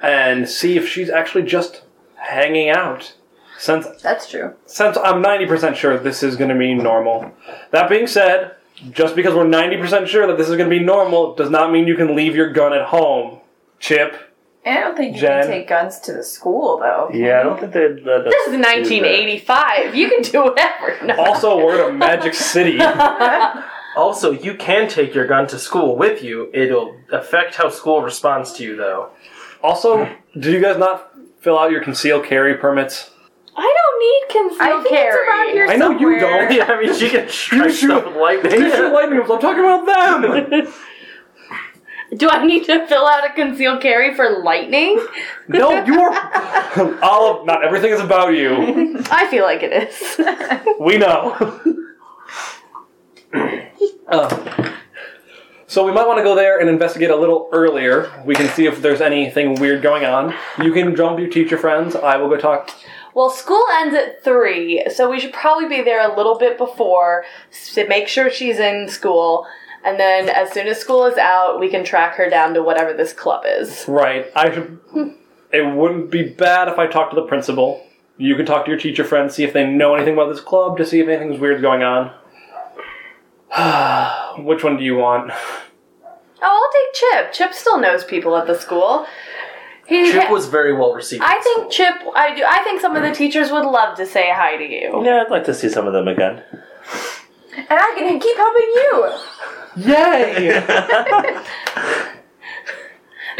E: and see if she's actually just hanging out. Since
C: That's true.
E: since I'm 90% sure this is going to be normal. That being said, just because we're 90% sure that this is going to be normal does not mean you can leave your gun at home. Chip.
C: And I don't think you
E: Jen.
C: can take guns to the school though.
D: Yeah, I don't think they. That
F: This is 1985. You can do whatever. No.
E: Also, we're in a magic city.
B: Also, you can take your gun to school with you. It'll affect how school responds to you, though.
E: Also, did you guys not fill out your concealed carry permits?
F: I don't need
C: I
F: concealed
C: think
F: carry.
C: it's around here
E: I know you
C: somewhere.
E: don't.
B: Yeah, I mean, she can strike
E: shoot-
B: stuff with lightning.
E: These are lightning bolts. I'm talking about them.
F: Do I need to fill out a concealed carry for lightning?
E: no, you are. Olive, not everything is about you.
F: I feel like it is.
E: We know. Uh, so we might want to go there and investigate a little earlier. We can see if there's anything weird going on. You can jump your teacher friends. I will go talk.
F: well, school ends at 3, so we should probably be there a little bit before s- to make sure she's in school. And then as soon as school is out, we can track her down to whatever this club is.
E: Right. I should. It wouldn't be bad if I talked to the principal. You can talk to your teacher friends, see if they know anything about this club, to see if anything's weird going on. Which one do you want?
F: Oh, I'll take Chip. Chip still knows people at the school. He,
B: Chip was very well received.
F: I
B: at
F: think
B: school.
F: Chip. I do. I think some of the teachers would love to say hi to you.
D: Yeah, I'd like to see some of them again.
C: And I can keep helping you.
E: Yay!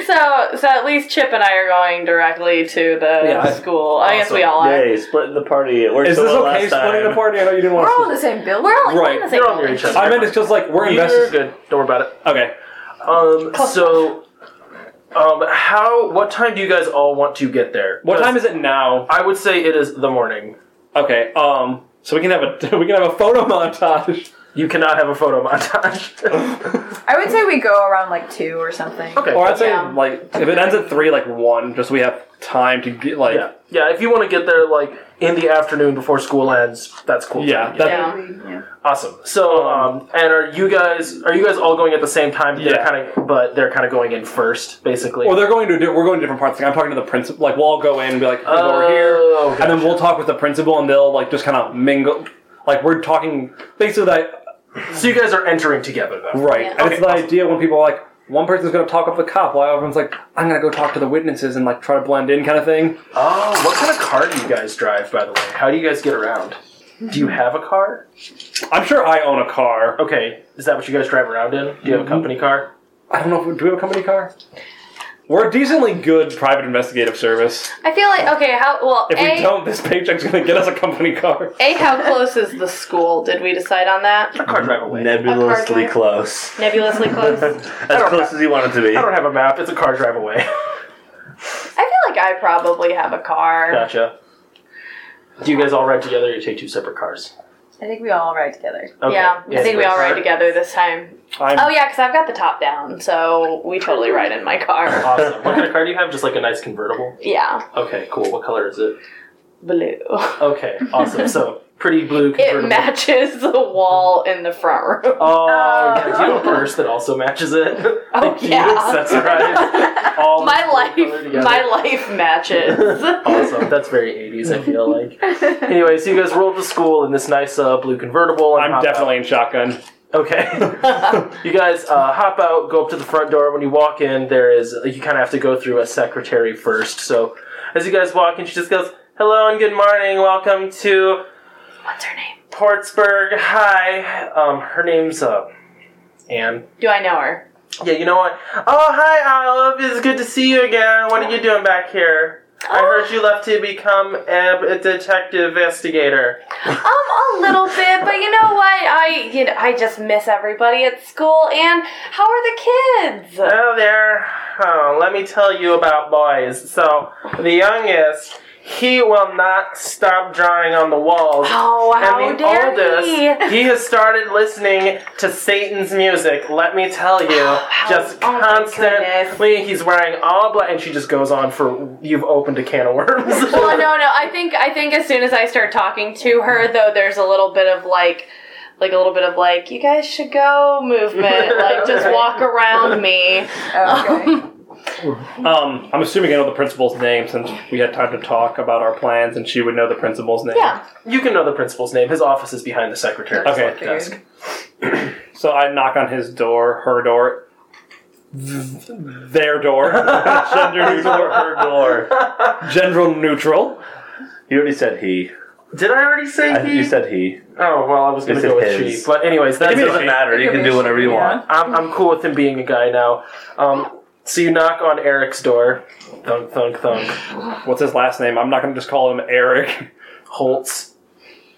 F: So, so at least Chip and I are going directly to the
E: Yeah, I-
F: school. I guess we all are.
D: Yay, splitting the party. It worked
E: Is
D: so
E: this
D: well
E: okay?
D: last time.
E: Splitting the party? I know you didn't want
C: We're all in
E: to.
C: the same building.
F: We're all
E: Right.
F: in the same
B: You're all near
F: building.
B: each other.
E: I meant it's because like we're
B: You're
E: invested.
B: good. Don't worry about it.
E: Okay.
B: Um, so, um, how? What time do you guys all want to get there?
E: What time is it now?
B: I would say it is the morning.
E: Okay. Um. So we can have a we can have a photo montage
B: You cannot have a photo montage.
C: I would say we go around like two or something.
B: okay.
E: Or I'd say
F: Yeah.
E: like if it ends at three, like one, just so we have time to get like
B: yeah, yeah. If you want to get there like in the afternoon before school ends, that's cool. too.
E: Yeah, that-
F: Yeah.
C: Yeah.
B: Awesome. So, um, and are you guys are you guys all going at the same time? They're
E: Yeah.
B: kind of, but they're kind of going in first, basically.
E: Or they're going to do, we're going to different parts. Like I'm talking to the principal. Like we'll all go in and be like, here's what we're here,
B: Oh,
E: and then
B: gotcha.
E: we'll talk with the principal, and they'll like just kind of mingle. Like we're talking basically that
B: so you guys are entering together, though.
E: right.
F: Yeah.
E: And it's the idea when people are like one person's going to talk up the cop, while everyone's like, I'm going to go talk to the witnesses and like try to blend in, kind of thing.
B: Oh, what kind of car do you guys drive, by the way? How do you guys get around? Do you have a car?
E: I'm sure I own a car.
B: Okay, is that what you guys drive around in? Do you have a company car?
E: I don't know. if we, Do we have a company car? We're a decently good private investigative service.
F: I feel like okay. How well?
E: If
F: a,
E: we don't, this paycheck's going to get us a company car.
F: a how close is the school? Did we decide on that?
B: A car drive away.
D: Nebulously
F: A car drive.
D: close.
F: Nebulously close. I
D: As close as you want it to be.
B: I don't have a map. It's a car drive away.
F: feel like I probably have a car.
B: gotcha. Do you guys all ride together? Or you take two separate cars.
C: I think we all ride together.
B: Okay.
F: Yeah, I think we all ride together this time.
E: I'm,
F: Oh yeah, because I've got the top down, so we totally ride in my car.
B: Awesome. What kind of car do you have? Just like a nice convertible.
F: Yeah,
B: Okay, cool. What color is it?
F: blue.
B: Okay, awesome. So pretty blue
F: It
B: convertible.
F: matches the wall in the front room.
B: Oh, yeah. Do you have a purse that also matches it?
F: Oh
B: You
F: yeah,
B: accessorize all the
F: my
B: blue color
F: life,
B: together.
F: my life matches.
B: Awesome. That's very 80s, I feel like. anyway, so you guys rolled to school in this nice uh, blue convertible. And
E: I'm
B: hop
E: definitely in shotgun.
B: Out. Okay. you guys uh, hop out, go up to the front door. When you walk in, there is. You kind of have to go through a secretary first. So as you guys walk in, she just goes, Hello and good morning. Welcome to
F: What's her name?
B: Portsburg. Hi. Um, her name's uh, Anne.
F: Do I know her?
B: Yeah, you know what? Oh, hi, Olive. It's good to see you again. What are you doing back here?
F: Oh.
B: I heard you left to become a, a detective investigator.
F: Um, a little bit, but you know what? I you know, I just miss everybody at school. And how are the kids?
B: Oh, there. Oh, let me tell you about boys. So, the youngest, he will not stop drawing on the walls.
F: Oh, how
B: and the
F: dare
B: oldest,
F: he!
B: he has started listening to Satan's music. Let me tell you, just
F: oh my
B: constantly. He's wearing all black, and she just goes on for you've opened a can of worms.
F: Well, no, no. I think I think as soon as I start talking to her, though, there's a little bit of like, like a little bit of like, you guys should go movement. Like, just walk around me.
C: Oh, okay.
E: Um, I'm assuming I know the principal's name since we had time to talk about our plans, and she would know the principal's name.
F: Yeah.
B: You can know the principal's name. His office is behind the secretary's
E: Okay.
B: like, desk.
E: So I knock on his door, her door, th- their door, gender neutral, her door, general neutral.
D: You already said he.
B: Did I already say
D: I think
B: he?
D: you said he.
B: oh well, I was gonna
D: You said
B: go with
D: his.
B: she. But anyways, that
D: It doesn't
B: doesn't matter.
D: matter. You can do whatever you
C: Yeah.
D: want.
B: I'm, I'm cool with him being a guy now. Um, so you knock on Eric's door. Thunk thunk thunk.
E: What's his last name? I'm not going to just call him Eric.
B: Holtz.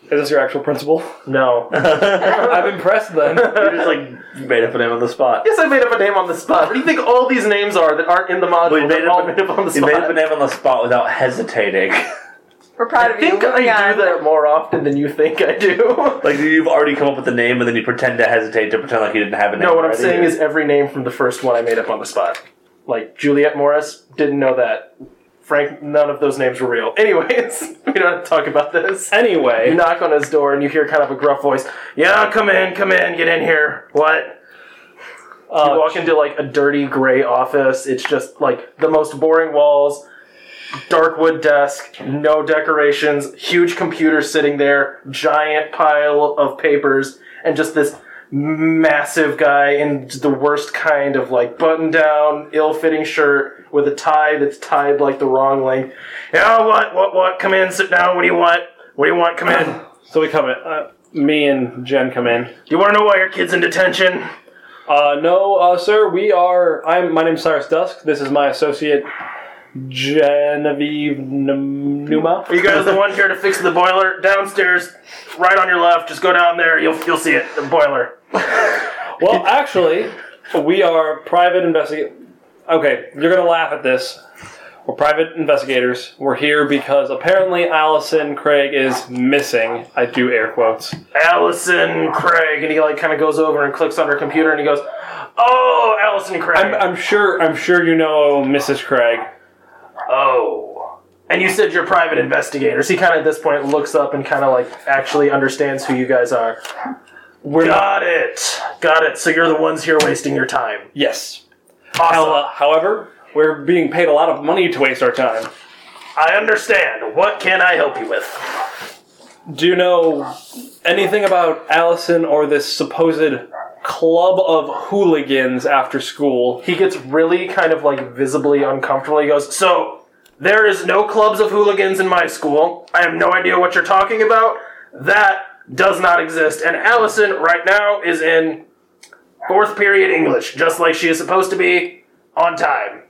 E: Is this your actual principal?
B: No.
E: I'm impressed then.
D: You just like made up a name on the spot.
B: yes, I made up a name on the spot. What do you think all these names are that aren't in the module?
D: Well, you made
B: They're
D: up,
B: all made up on the
D: you
B: spot.
D: made up a name on the spot without hesitating.
C: We're proud
B: I
C: of you.
B: think I
C: Moving on.
B: do that more often than you think I do.
D: like you've already come up with the name, and then you pretend to hesitate to pretend like you didn't have a name.
B: No, what I'm
D: already.
B: saying is every name from the first one I made up on the spot. Like Juliet Morris, didn't know that. Frank, none of those names were real. Anyways, we don't have to talk about this. You
E: Anyway,
B: knock on his door and you hear kind of a gruff voice. Yeah, come in, come in, get in here. What? You
E: uh,
B: walk into like a dirty gray office. It's just like the most boring walls, dark wood desk, no decorations, huge computer sitting there, giant pile of papers, and just this massive guy in the worst kind of like button down, ill fitting shirt with a tie that's tied like the wrong length. Yeah, what, what, what? Come in, sit down. What do you want? What do you want? Come in.
E: so we come in. Uh, me and Jen come in.
B: You want to know why your kid's in detention?
E: Uh, no, uh, sir. We are. I'm. My name's Cyrus Dusk. This is my associate, Genevieve N- Numa.
B: You guys the one here to fix the boiler downstairs, right on your left. Just go down there. You'll you'll see it. The boiler.
E: Well, actually, we are private investigate. Okay, you're gonna laugh at this. We're private investigators. We're here because apparently Allison Craig is missing. I do air quotes.
B: Allison Craig, and he like kind of goes over and clicks on her computer, and he goes, "Oh, Allison Craig."
E: I'm, I'm sure. I'm sure you know Mrs. Craig.
B: oh, and you said you're private investigators. He kind of at this point looks up and kind of like actually understands who you guys are.
E: We're not.
B: Got it, got it. So you're the ones here wasting your time.
E: Yes.
B: Awesome.
E: Hella- however, we're being paid a lot of money to waste our time.
B: I understand. What can I help you with?
E: Do you know anything about Allison or this supposed club of hooligans after school?
B: he gets really kind of like visibly uncomfortable. He goes, So, there is no clubs of hooligans in my school. I have no idea what you're talking about. That does not exist. And Allison, right now, is in fourth period English, just like she is supposed to be on time.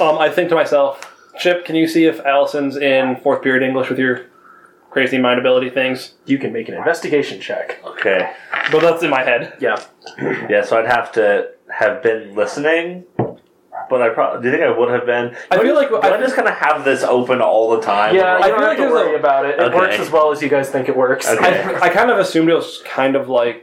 E: Um, I think to myself, Chip, can you see if Allison's in fourth period English with your crazy mind ability things?
B: You can make an investigation check.
D: Okay.
E: But that's in my head.
B: Yeah.
D: Yeah, so I'd have to have been listening, but I probably do you think I would have been?
E: I feel like-
D: do
E: I
D: I just kind of have this open all the time.
B: Yeah, you
E: I
B: don't
E: feel
B: have
E: like
B: to
E: there's
B: worry
E: a-
B: about it. It
D: Okay.
B: works as well as you guys think it works.
D: Okay.
E: I, I kind of assumed it was kind of like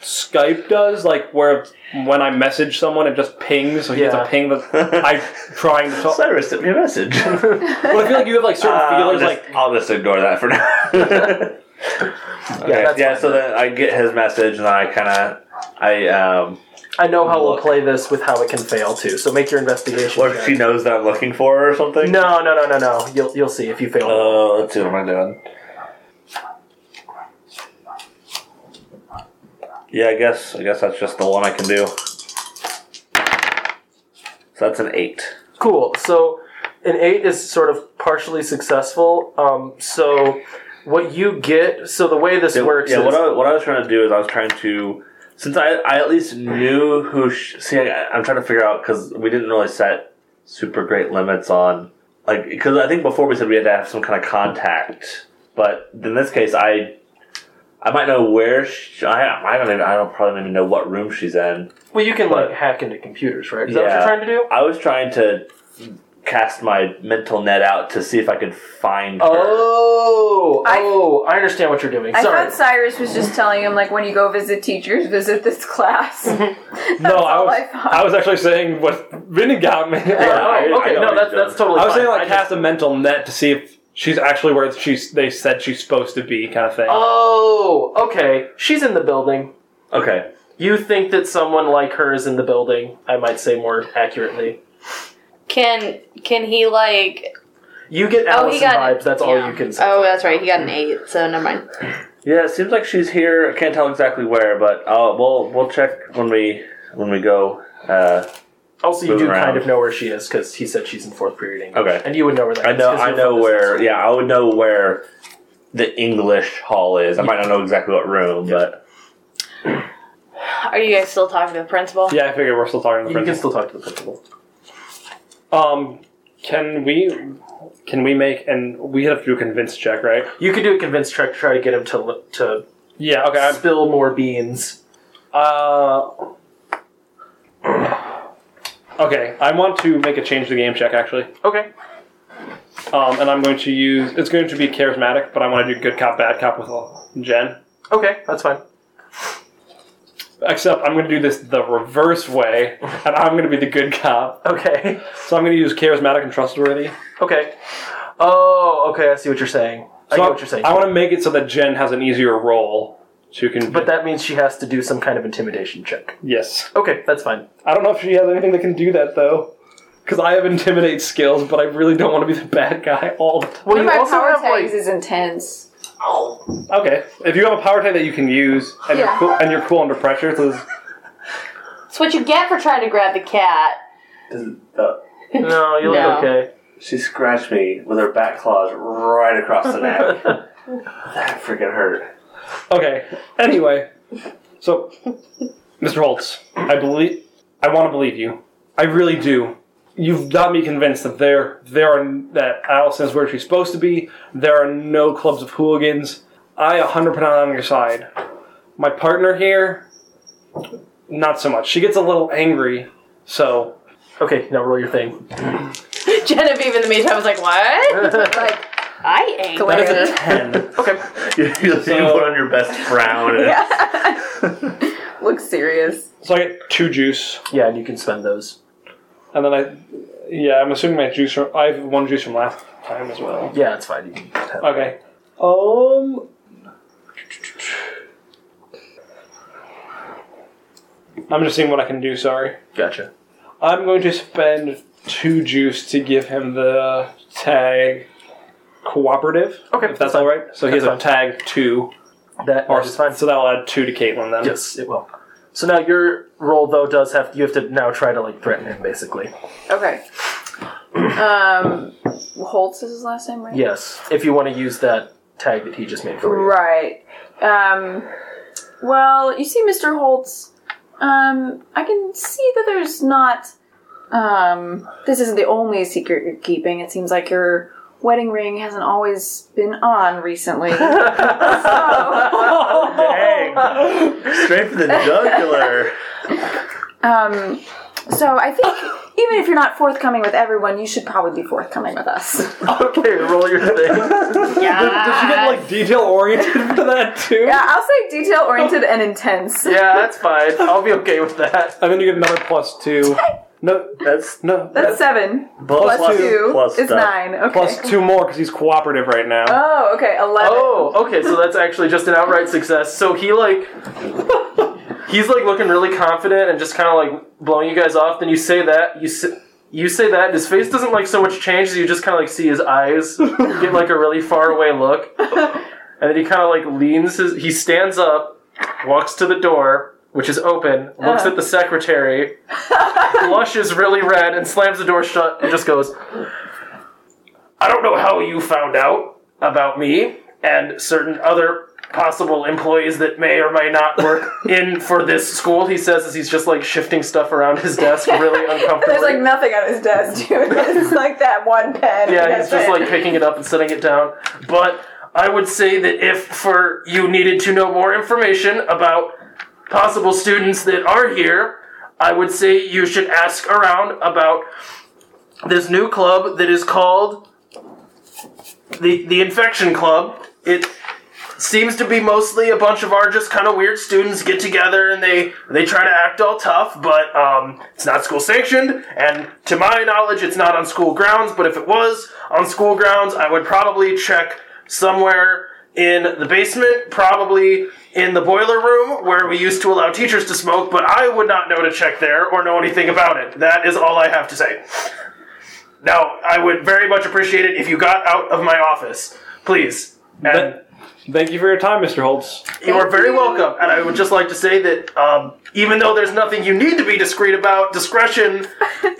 E: Skype does, like where when I message someone, it just pings, so he gets
B: Yeah.
E: a ping that I'm trying to talk.
D: Cyrus sent me a message.
E: But I feel like you have like certain
D: I'll,
E: feelers,
D: just,
E: like
D: I'll just ignore that for now. okay.
B: that's
D: yeah
B: fine.
D: so then I get his message, and I kind of, I um,
B: I know how we'll
D: Look.
B: play this with how it can fail too. So make your investigation.
D: what if
B: check.
D: she knows that I'm looking for her or something?
B: no, no, no, no, no. You'll you'll see if you fail.
D: Uh, let's see what am I doing. Yeah, I guess I guess that's just the one I can do. So that's an eight.
B: Cool. So an eight is sort of partially successful. Um, so what you get? So the way this
D: Yeah,
B: works
D: yeah,
B: is
D: what I, what I was trying to do is I was trying to since I, I at least knew who. Sh- see, I, I'm trying to figure out because we didn't really set super great limits on like because I think before we said we had to have some kind of contact, but in this case I. I might know where she, I, I don't even I don't probably even know what room she's in.
B: well, you can
D: but-
B: like hack into computers, right? Is that what
D: Yeah.
B: you're trying to do?
D: I was trying to cast my mental net out to see if I could find her.
B: Oh,
C: I-
B: oh, I understand what you're doing.
C: I
B: Sorry.
C: thought Cyrus was just telling him, like, when you go visit teachers, visit this class.
E: no. I
C: all
E: was
C: I
E: I,
C: thought.
E: was actually saying what Vinny got me.
B: Yeah,
D: Yeah, I-
B: oh,
D: I
B: okay,
D: know
B: no,
D: what
B: that's
D: you're doing.
B: that's totally.
E: I was
B: fine.
E: saying like
B: just-
E: cast a mental net to see if she's actually where she's they said she's supposed to be, kind of thing.
B: Oh, okay. She's in the building.
D: Okay.
B: You think that someone like her is in the building? I might say more accurately.
F: Can can he like?
B: You get
F: Oh, he
B: Allison
F: got-
B: vibes. That's
F: yeah.
B: all you can say.
F: Oh, that's right. He got an eight, so never mind.
D: Yeah, it seems like she's here. I can't tell exactly where, but uh, we'll we'll check when we when we go. Uh,
B: Also, you
D: Moving
B: do
D: around.
B: kind of know where she is because he said she's in fourth period English.
D: Okay.
B: And you would know where that
D: I
B: is
D: know
B: 'cause
D: I
B: you're
D: know
B: from this
D: where.
B: school.
D: Yeah, I would know where the English hall is. I might not know exactly what room, but
F: Are you guys still talking to the principal?
E: Yeah, I figure we're still talking to the
B: You can
E: principal.
B: still talk to the principal.
E: Um, can we can we make and we have to do a convince check, right?
B: You could do a convince check to try to get him to l- to
E: Yeah. Okay. I'm-
B: spill more beans.
E: Uh, okay, I want to make a change to the game check actually,
B: Okay.
E: um, and I'm going to use. It's going to be charismatic, but I want to do good cop, bad cop with Jen.
B: Okay, that's fine.
E: Except I'm going to do this the reverse way, and I'm going to be the good cop.
B: Okay.
E: So I'm going to use charismatic and trustworthy.
B: Okay. Oh, okay. I see what you're saying. I
E: So
B: get what you're saying.
E: I want to make it so that Jen has an easier role to convince.
B: but that means she has to do some kind of intimidation check.
E: yes,
B: Okay, that's fine.
E: I don't know if she has anything that can do that though. Because I have intimidate skills, but I really don't want to be the bad guy all the time.
B: Well,
C: One of
B: you
C: my
B: also
C: power
B: have
C: tags
B: like
C: is intense.
E: Okay, if you have a power tag that you can use and you're
F: Yeah.
E: cool, and you're cool under pressure, so it's-
F: That's what you get for trying to grab the cat.
B: no, you look
F: No.
B: okay.
D: she scratched me with her back claws right across the neck. that freaking hurt.
E: okay. Anyway, so Mr. Holtz, I believe I want to believe you. I really do. You've got me convinced that there there are that Allison's where she's supposed to be. There are no clubs of hooligans. I 100 percent on your side. My partner here, not so much. She gets a little angry, so
B: Okay, now roll your thing.
F: Genevieve, in the meantime, was like, "What?
C: like
F: I ain't."
C: That is
F: gonna-
C: a-
D: Ten.
B: Okay.
D: you, you, you put on your best frown. And
C: yeah. Looks serious.
E: So I get two juice,
B: Yeah, and you can spend those.
E: and then I, yeah, I'm assuming my juice from I have one juice from last time as well.
B: Yeah, it's fine. You can have
E: Okay. Um. I'm just seeing what I can do. Sorry.
B: Gotcha.
E: I'm going to spend two juice to give him the tag cooperative.
B: Okay,
E: If
B: that's
E: that's
B: fine.
E: all right. So he has a
B: That's
E: tag two.
B: That
E: Or
B: that is fine.
E: so that'll add two to Caitlin then.
B: Yes, it will. So now your role though does have you have to now try to like threaten him basically.
C: Okay. Um, Holtz is his last name, right?
B: Yes, if you want to use that tag that he just made for you.
C: Right. Um, well, you see, Mr. Holtz, um, I can see that there's not. Um, this isn't the only secret you're keeping. It seems like your wedding ring hasn't always been on recently. So,
D: Dang. Straight for the jugular.
C: um, so I think even if you're not forthcoming with everyone, you should probably be forthcoming with us.
B: Okay, roll your thing.
E: Does she get like detail oriented for that too?
C: Yeah, I'll say detail oriented and intense.
B: yeah, that's fine. I'll be okay with that.
E: And then you get another plus two. No,
D: That's
E: no.
C: That's seven.
D: plus,
C: Plus two
D: plus
C: is
D: stuff.
C: nine. Okay.
E: plus two more because he's cooperative right now.
C: Oh, okay, eleven.
B: Oh, okay, so that's actually just an outright success. So he like he's like looking really confident and just kind of like blowing you guys off. Then you say that you s you say that and his face doesn't like so much change. You just kind of like see his eyes get like a really far away look, and then he kind of like leans his he stands up, walks to the door which is open, looks
C: Uh-huh.
B: at the secretary, blushes really red, and slams the door shut and just goes. I don't know how you found out about me and certain other possible employees that may or may not work in for this school, he says as he's just like shifting stuff around his desk really uncomfortably.
C: There's like nothing on his desk, dude. It's like that one pen.
B: yeah,
C: That's
B: he's just
C: it.
B: like picking it up and setting it down. But I would say that if for you needed to know more information about possible students that are here, I would say you should ask around about this new club that is called the the Infection Club. It seems to be mostly a bunch of our just kind of weird students get together and they they try to act all tough, but um, it's not school sanctioned. And to my knowledge, it's not on school grounds. But if it was on school grounds, I would probably check somewhere in the basement, probably in the boiler room where we used to allow teachers to smoke. But I would not know to check there or know anything about it. That is all I have to say. Now, I would very much appreciate it if you got out of my office, please. And
E: But- Thank you for your time, Mr. Holtz.
B: you are very
C: you.
B: welcome. And I would just like to say that um, even though there's nothing you need to be discreet about, discretion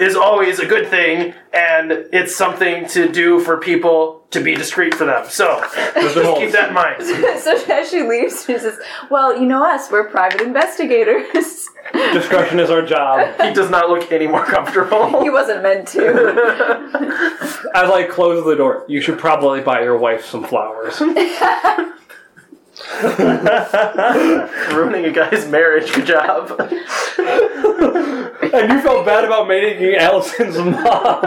B: is always a good thing, and it's something to do for people to be discreet for them. So
E: Mr.
B: keep
E: Holtz.
B: that in mind.
C: So as she leaves, she says, "Well, you know us. We're private investigators."
E: Discretion is our job.
B: He does not look any more
C: he
B: comfortable.
C: wasn't meant to.
E: As I close the door, you should probably buy your wife some flowers.
B: Ruining a guy's marriage. Good job.
E: and you felt bad about making Allison's mom.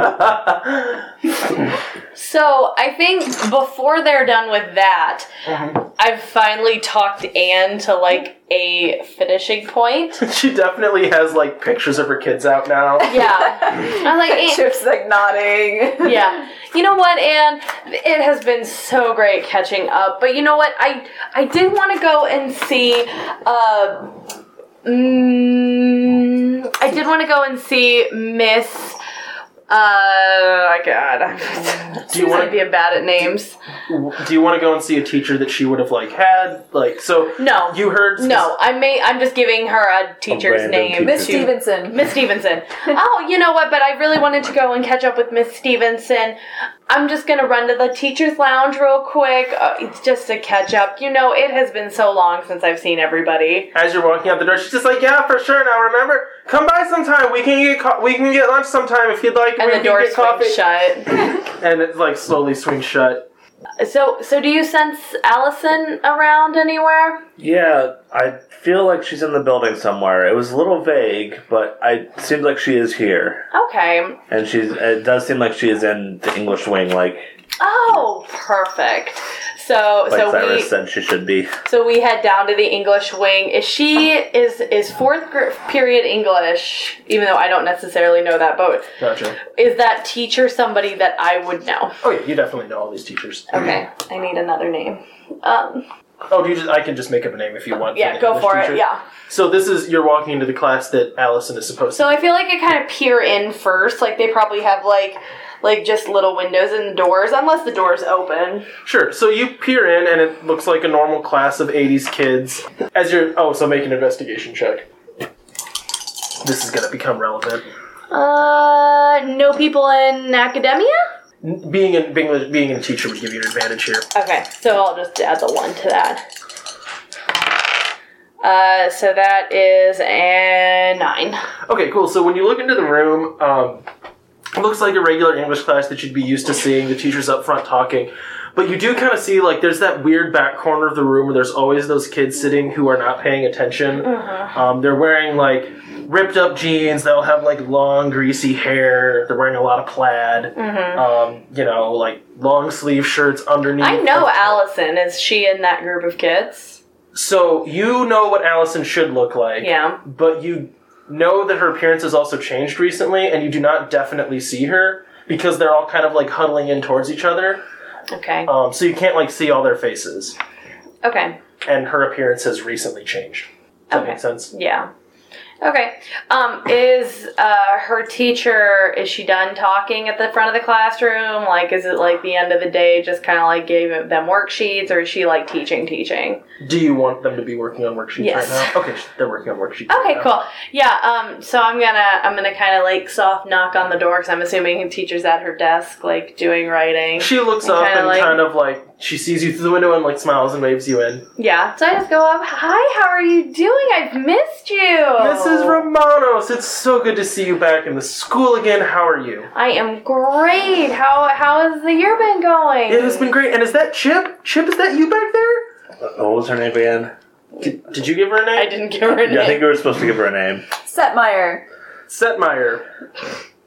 F: So I think before they're done with that,
E: Uh-huh.
F: I've finally talked Anne to like a finishing point.
B: she definitely has like pictures of her kids out now.
F: Yeah, I'm like, "Anne,
C: Chip's like nodding.
F: yeah. You know what, Anne? It has been so great catching up. But you know what? I I did want to go and see. Uh, mm, I did want to go and see Miss. Uh, God,
B: Do you
F: I'm
B: want?
F: being bad at names.
B: Do you want to go and see a teacher that she would have like had? Like so.
F: No,
B: You heard.
F: No, I may. I'm just giving her a teacher's
D: random
F: name.
D: teacher.
C: Miss Stevenson.
F: Miss Stevenson. Oh, you know what? But I really wanted to go and catch up with Miss Stevenson. I'm just gonna run to the teachers' lounge real quick. Uh, it's just to catch up. You know, it has been so long since I've seen everybody.
B: as you're walking out the door, she's just like, "Yeah, for sure. Now remember, come by sometime. We can get co- we can get lunch sometime if you'd like.
F: And
B: we
F: the
B: can
F: door
B: get coffee."
F: swings shut.
B: and it like slowly swings shut.
F: So, so do you sense Allison around anywhere?
D: Yeah, I feel like she's in the building somewhere. It was a little vague, but I seems like she is here,
F: Okay.
D: and she's. It does seem like she is in the English wing, like
F: Oh, perfect. So,
D: like
F: so we
D: Cyrus said she should be.
F: so we head down to the English wing. Is she is is fourth gr- period English? Even though I don't necessarily know that, but
B: Gotcha.
F: is that teacher somebody that I would know?
B: Oh yeah, you definitely know all these teachers.
F: Okay, I need another name. Um,
B: Oh, do you just? I can just make up a name if you want.
F: yeah,
B: the
F: go
B: English
F: for
B: teacher.
F: it. Yeah.
B: So this is you're walking into the class that Allison is supposed
F: So I feel like I kind of peer in first. Like they probably have like like just little windows and doors, unless the doors open.
B: to. Sure. So you peer in, and it looks like a normal class of '80s kids. As you're, oh, so make an investigation check. This is gonna become relevant.
F: Uh, no people in academia.
B: N- Being in being a- being a teacher would give you an advantage here.
F: Okay, so I'll just add the one to that. Uh, so that is a nine.
B: Okay, cool. So when you look into the room, um, it looks like a regular English class that you'd be used to seeing the teachers up front talking. But you do kind of see like there's that weird back corner of the room where there's always those kids sitting who are not paying attention.
F: Mm-hmm.
B: Um, they're wearing like ripped up jeans. They'll have like long greasy hair. They're wearing a lot of plaid. Um, you know, like long sleeve shirts underneath.
F: Mm-hmm. I know Allison. Is she in that group of kids?
B: So you know what Allison should look like.
F: Yeah.
B: but you know that her appearance has also changed recently, and you do not definitely see her because they're all kind of like huddling in towards each other.
F: Okay.
B: Um, so you can't like see all their faces,
F: Okay.
B: and her appearance has recently changed. Does that
F: Okay.
B: make sense?
F: Yeah. Okay. Um, is uh, her teacher? Is she done talking at the front of the classroom? Like, is it like the end of the day? Just kind of like gave them worksheets, or is she like teaching, teaching?
B: Do you want them to be working on worksheets
F: Yes.
B: right now? Okay, sh- they're working on worksheets. right
F: Okay,
B: now.
F: cool. Yeah. Um. So I'm gonna I'm gonna kind of like soft knock on the door because I'm assuming her teacher's at her desk, like doing writing.
B: She looks
F: And
B: up
F: kinda
B: and
F: like-
B: kind of like she sees you through the window and like smiles and waves you in.
F: Yeah. So I just go up. Hi. How are you doing? I've missed you.
B: Mrs. Romanos, it's so good to see you back in the school again. How are you?
F: I am great. How How has the year been going?
B: It has been great. And is that Chip? Chip, is that you back there?
D: What was her name again?
B: Did, did you give her a name?
F: I didn't give her a name.
D: Yeah, I think we were supposed to give her a name.
C: Setmeyer.
B: Setmeyer.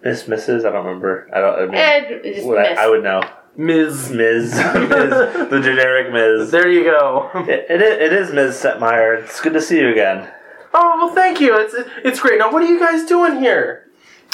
D: Miss, Mrs. I don't remember. I don't. I mean,
F: Ed just
D: would I,
F: missed.
D: I would know.
B: Ms.
D: Ms. Ms. the generic Ms.
B: There you go.
D: It, it, is, it is Ms. Setmeyer. It's good to see you again.
B: Oh well, thank you. It's it's great. Now, what are you guys doing here?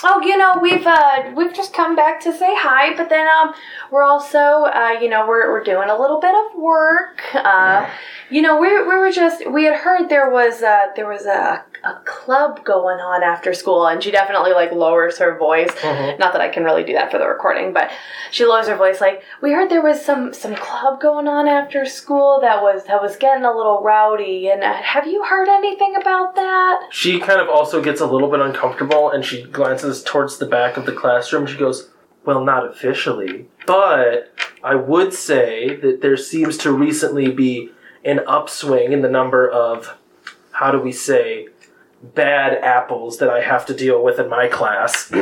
F: Oh, you know, we've uh, we've just come back to say hi, but then um, we're also uh, you know, we're we're doing a little bit of work. Uh, you know, we we were just we had heard there was uh there was a a club going on after school, and she definitely like lowers her voice.
D: Hmm.
F: Not that I can really do that for the recording, but she lowers her voice like we heard there was some some club going on after school that was that was getting a little rowdy. And uh, have you heard anything about that?
B: She kind of also gets a little bit uncomfortable, and she glances towards the back of the classroom. She goes, "Well, not officially, but I would say that there seems to recently be an upswing in the number of how do we say bad apples that I have to deal with in my class."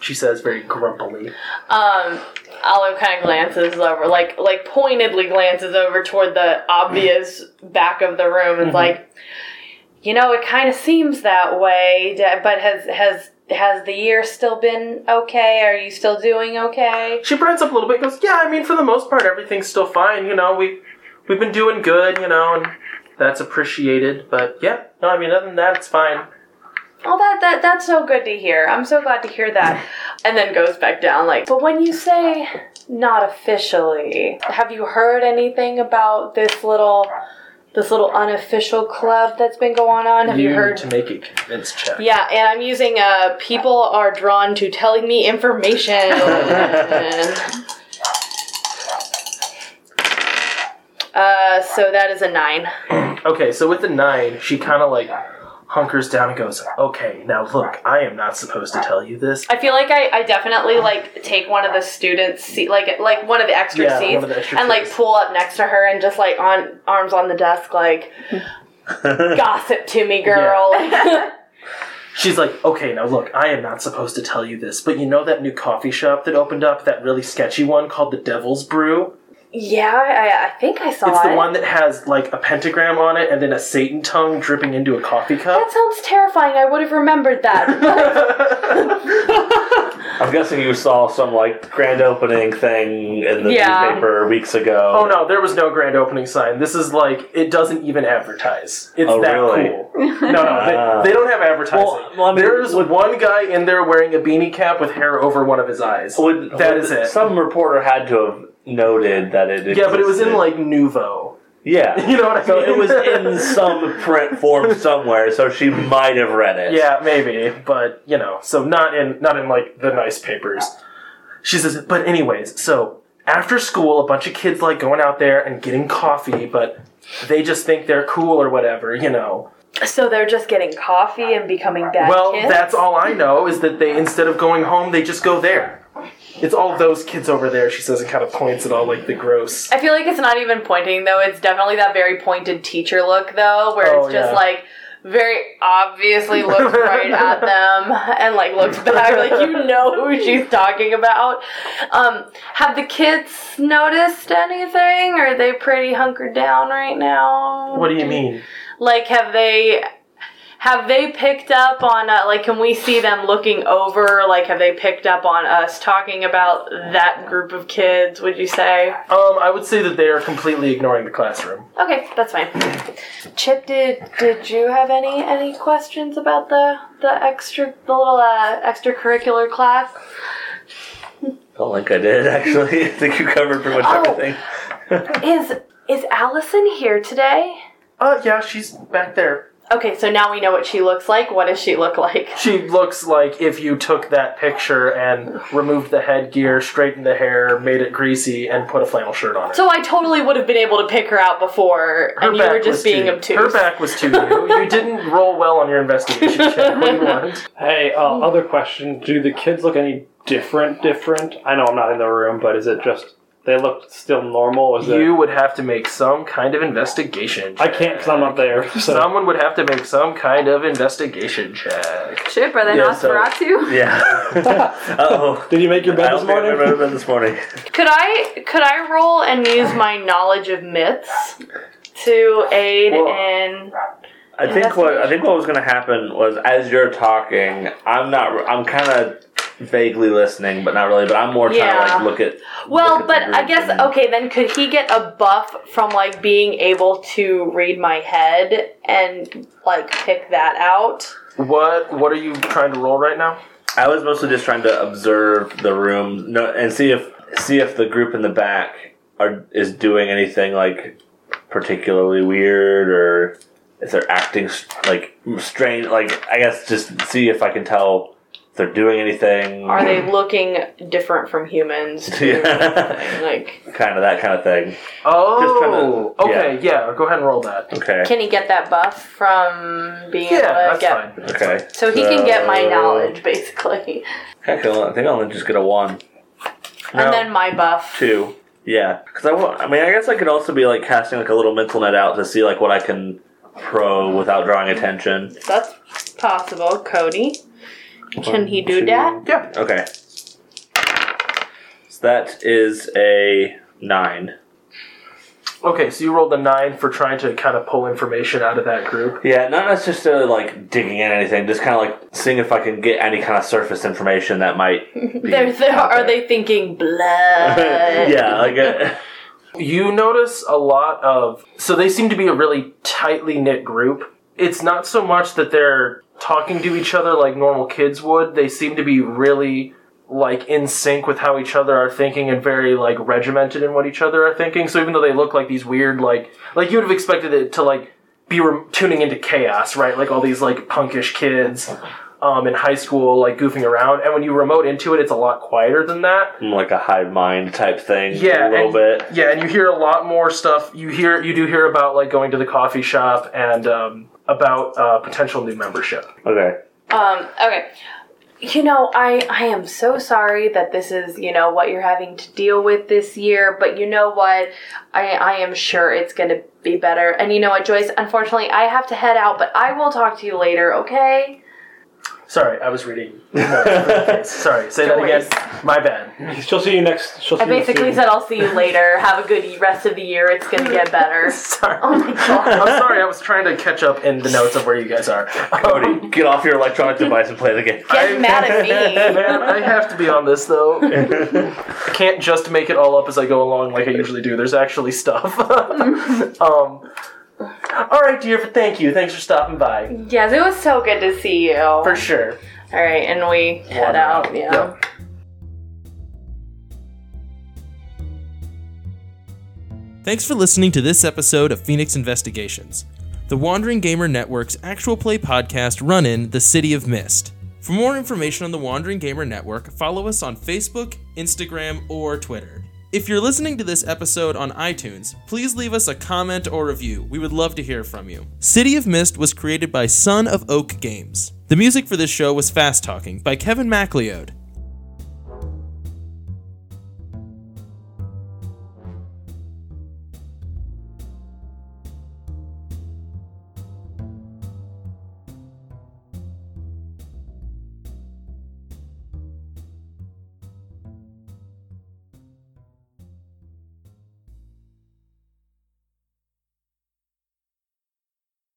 B: she says very grumpily.
F: Um, Olive kind of glances over, like like pointedly glances over toward the obvious back of the room, and is like, you know, it kind of seems that way. da- But has has has the year still been okay? Are you still doing okay?
B: she brightens up a little bit. Goes, yeah, I mean, for the most part, everything's still fine. You know, we we've been doing good. You know, and that's appreciated. But yeah, no, I mean, other than that, it's fine.
F: Oh, that that that's so good to hear. I'm so glad to hear that. And then goes back down, like. But when you say not officially, have you heard anything about this little? This little unofficial club that's been going on. Have you, heard
B: to make it convince check?
F: Yeah, and I'm using uh, people are drawn to telling me information. uh, so that is a nine.
B: Okay, so with the nine, she kind of like hunkers down and goes, okay, now look, I am not supposed to tell you this.
F: I feel like I, I definitely like take one of the students seat like like one of the extra
B: Yeah,
F: seats
B: one of the extra
F: and like
B: seats.
F: pull up next to her and just like on arms on the desk like gossip to me girl.
B: She's like, okay, now look, I am not supposed to tell you this, but you know that new coffee shop that opened up, that really sketchy one called the Devil's Brew?
F: Yeah, I, I think I saw
B: It's
F: it.
B: the one that has like a pentagram on it and then a Satan tongue dripping into a coffee cup.
F: That sounds terrifying. I would have remembered that.
D: I'm guessing you saw some like grand opening thing in the
F: Yeah.
D: newspaper weeks ago.
B: Oh no, there was no grand opening sign. This is like it doesn't even advertise. It's
D: Oh,
B: that
D: really?
B: cool. No, no,
D: Ah.
B: they, they don't have advertising.
D: Well, well, I mean,
B: There's
D: would-
B: one guy in there wearing a beanie cap with hair over one of his eyes.
D: Would,
B: That
D: would-
B: is it.
D: Some reporter had to have noted that it. Existed.
B: yeah, but it was in like Nuvo.
D: Yeah,
B: You know what I
D: so
B: mean?
D: it was in some print form somewhere, so she might have read it.
B: Yeah, maybe, but you know, so not in not in like the nice papers. She says, but anyways, so after school, a bunch of kids like going out there and getting coffee, but they just think they're cool or whatever, you know.
F: so they're just getting coffee and becoming bad
B: well,
F: kids.
B: that's all I know is that they instead of going home, they just go there. It's all those kids over there, she says, and kind of points at all like the gross.
F: I feel like it's not even pointing though. It's definitely that very pointed teacher look though, where
B: Oh,
F: it's just
B: yeah.
F: like very obviously looks right at them and like looks back, like you know who she's talking about. Um, have the kids noticed anything? Are they pretty hunkered down right now?
B: What do you mean?
F: Like, have they? Have they picked up on uh, like can we see them looking over like have they picked up on us talking about that group of kids would you say
B: Um, I would say that they are completely ignoring the classroom.
F: Okay, that's fine. Chip, did did you have any any questions about the the extra the little uh, extracurricular class?
D: I don't think I did actually. I think you covered pretty much
F: Oh.
D: everything.
F: Is is Allison here today?
B: Uh, yeah, she's back there.
F: Okay, so now we know what she looks like. What does she look like?
B: She looks like if you took that picture and removed the headgear, straightened the hair, made it greasy, and put a flannel shirt on her.
F: So I totally would have been able to pick her out before,
B: her
F: and you were
B: back
F: just
B: was to
F: being
B: you.
F: obtuse.
B: Her back was to you. You didn't roll well on your investigation check. What do you want?
E: Hey, uh, other question. Do the kids look any different? Different? I know I'm not in the room, but is it just they look still normal? Is
B: You
E: it?
B: would have to make some kind of investigation.
E: I
B: check.
E: can't because I'm not there. So
B: Someone would have to make some kind of investigation check.
C: Chip, are they
D: Yeah, so-
C: Nosferatu?
D: Yeah. oh.
E: did you make your
D: I
E: bed
D: don't
E: this
D: think I
E: morning?
D: remember this morning.
F: Could I could I roll and use my knowledge of myths to aid
D: Well,
F: in?
D: I think what I think what was going to happen was as you're talking, I'm not. I'm kind of vaguely listening, but not really. But I'm more trying to
F: Yeah.
D: like look at. look
F: Well,
D: at the
F: but I
D: group
F: guess
D: and-
F: okay. Then could he get a buff from like being able to read my head and like pick that out?
B: What What are you trying to roll right now?
D: I was mostly just trying to observe the room no, and see if see if the group in the back are is doing anything like particularly weird or if they're acting s- like strange. Like I guess just see if I can tell if they're doing anything.
F: Are they looking different from humans? To
D: Mm. Yeah.
F: Like,
D: kind of that kind of thing?
B: Oh,
D: trying to-
B: okay, yeah. Go ahead and roll that.
D: Okay.
F: can he get that buff from being
B: Yeah,
F: able to
B: that's
F: get?
B: fine.
D: okay.
F: So he can get my
D: So-
F: knowledge basically,
D: Heck, I think I'll just get a one. No,
F: and then my buff.
D: two. Yeah, because I want. I mean, I guess I could also be like casting like a little mental net out to see like what I can probe without drawing attention.
F: That's possible, Cody. Can he do
D: Two.
F: that?
B: Yeah.
D: Okay. So that is a nine.
B: Okay, so you rolled a nine for trying to kind of pull information out of that group.
D: Yeah, not necessarily like digging in anything, just kind of like seeing if I can get any kind of surface information that might. Be
F: They're, they're,
D: out
F: are
D: there.
F: they thinking blood?
D: yeah, like uh, a,
B: You notice a lot of. So they seem to be a really tightly knit group. It's not so much that they're talking to each other like normal kids would, they seem to be really like in sync with how each other are thinking and very like regimented in what each other are thinking so even though they look like these weird like like you would have expected it to like be re- tuning into chaos right like all these like punkish kids um in high school like goofing around and when you remote into it it's a lot quieter than that
D: like a hive mind type thing.
B: yeah,
D: a little
B: and,
D: bit.
B: Yeah, and you hear a lot more stuff. You hear you do hear about like going to the coffee shop and um, about uh, potential new membership.
D: Okay.
F: Um, okay. You know, I, I am so sorry that this is, you know, what you're having to deal with this year, but you know what? I, I am sure it's going to be better. And you know what, Joyce? Unfortunately, I have to head out, but I will talk to you later, okay?
G: Sorry, I was reading. No, Sorry, say that
F: Don't worry.
G: again. My bad.
E: She'll see you next. She'll see
F: I
E: you
F: basically
E: soon.
F: said, I'll see you later. Have a good rest of the year. It's going to get better.
G: Sorry.
F: Oh my god.
G: I'm sorry, I was trying to catch up in the notes of where you guys are.
D: Cody, get off your electronic device and play the game.
F: Get mad at me.
G: Um, Man, I have to be on this though. I can't just make it all up as I go along like I usually do. There's actually stuff. um, all right, dear. Thank you. Thanks for stopping by.
F: Yes, it was so good to see you. All
G: For sure.
F: right, and we head out. Yeah.
G: Yeah.
B: Thanks for listening to this episode of Phoenix Investigations, the Wandering Gamer Network's actual play podcast run in The City of Mist. For more information on the Wandering Gamer Network, follow us on Facebook, Instagram, or Twitter. If you're listening to this episode on iTunes, please leave us a comment or review. We would love to hear from you. City of Mist was created by Son of Oak Games. The music for this show was Fast Talking by Kevin MacLeod.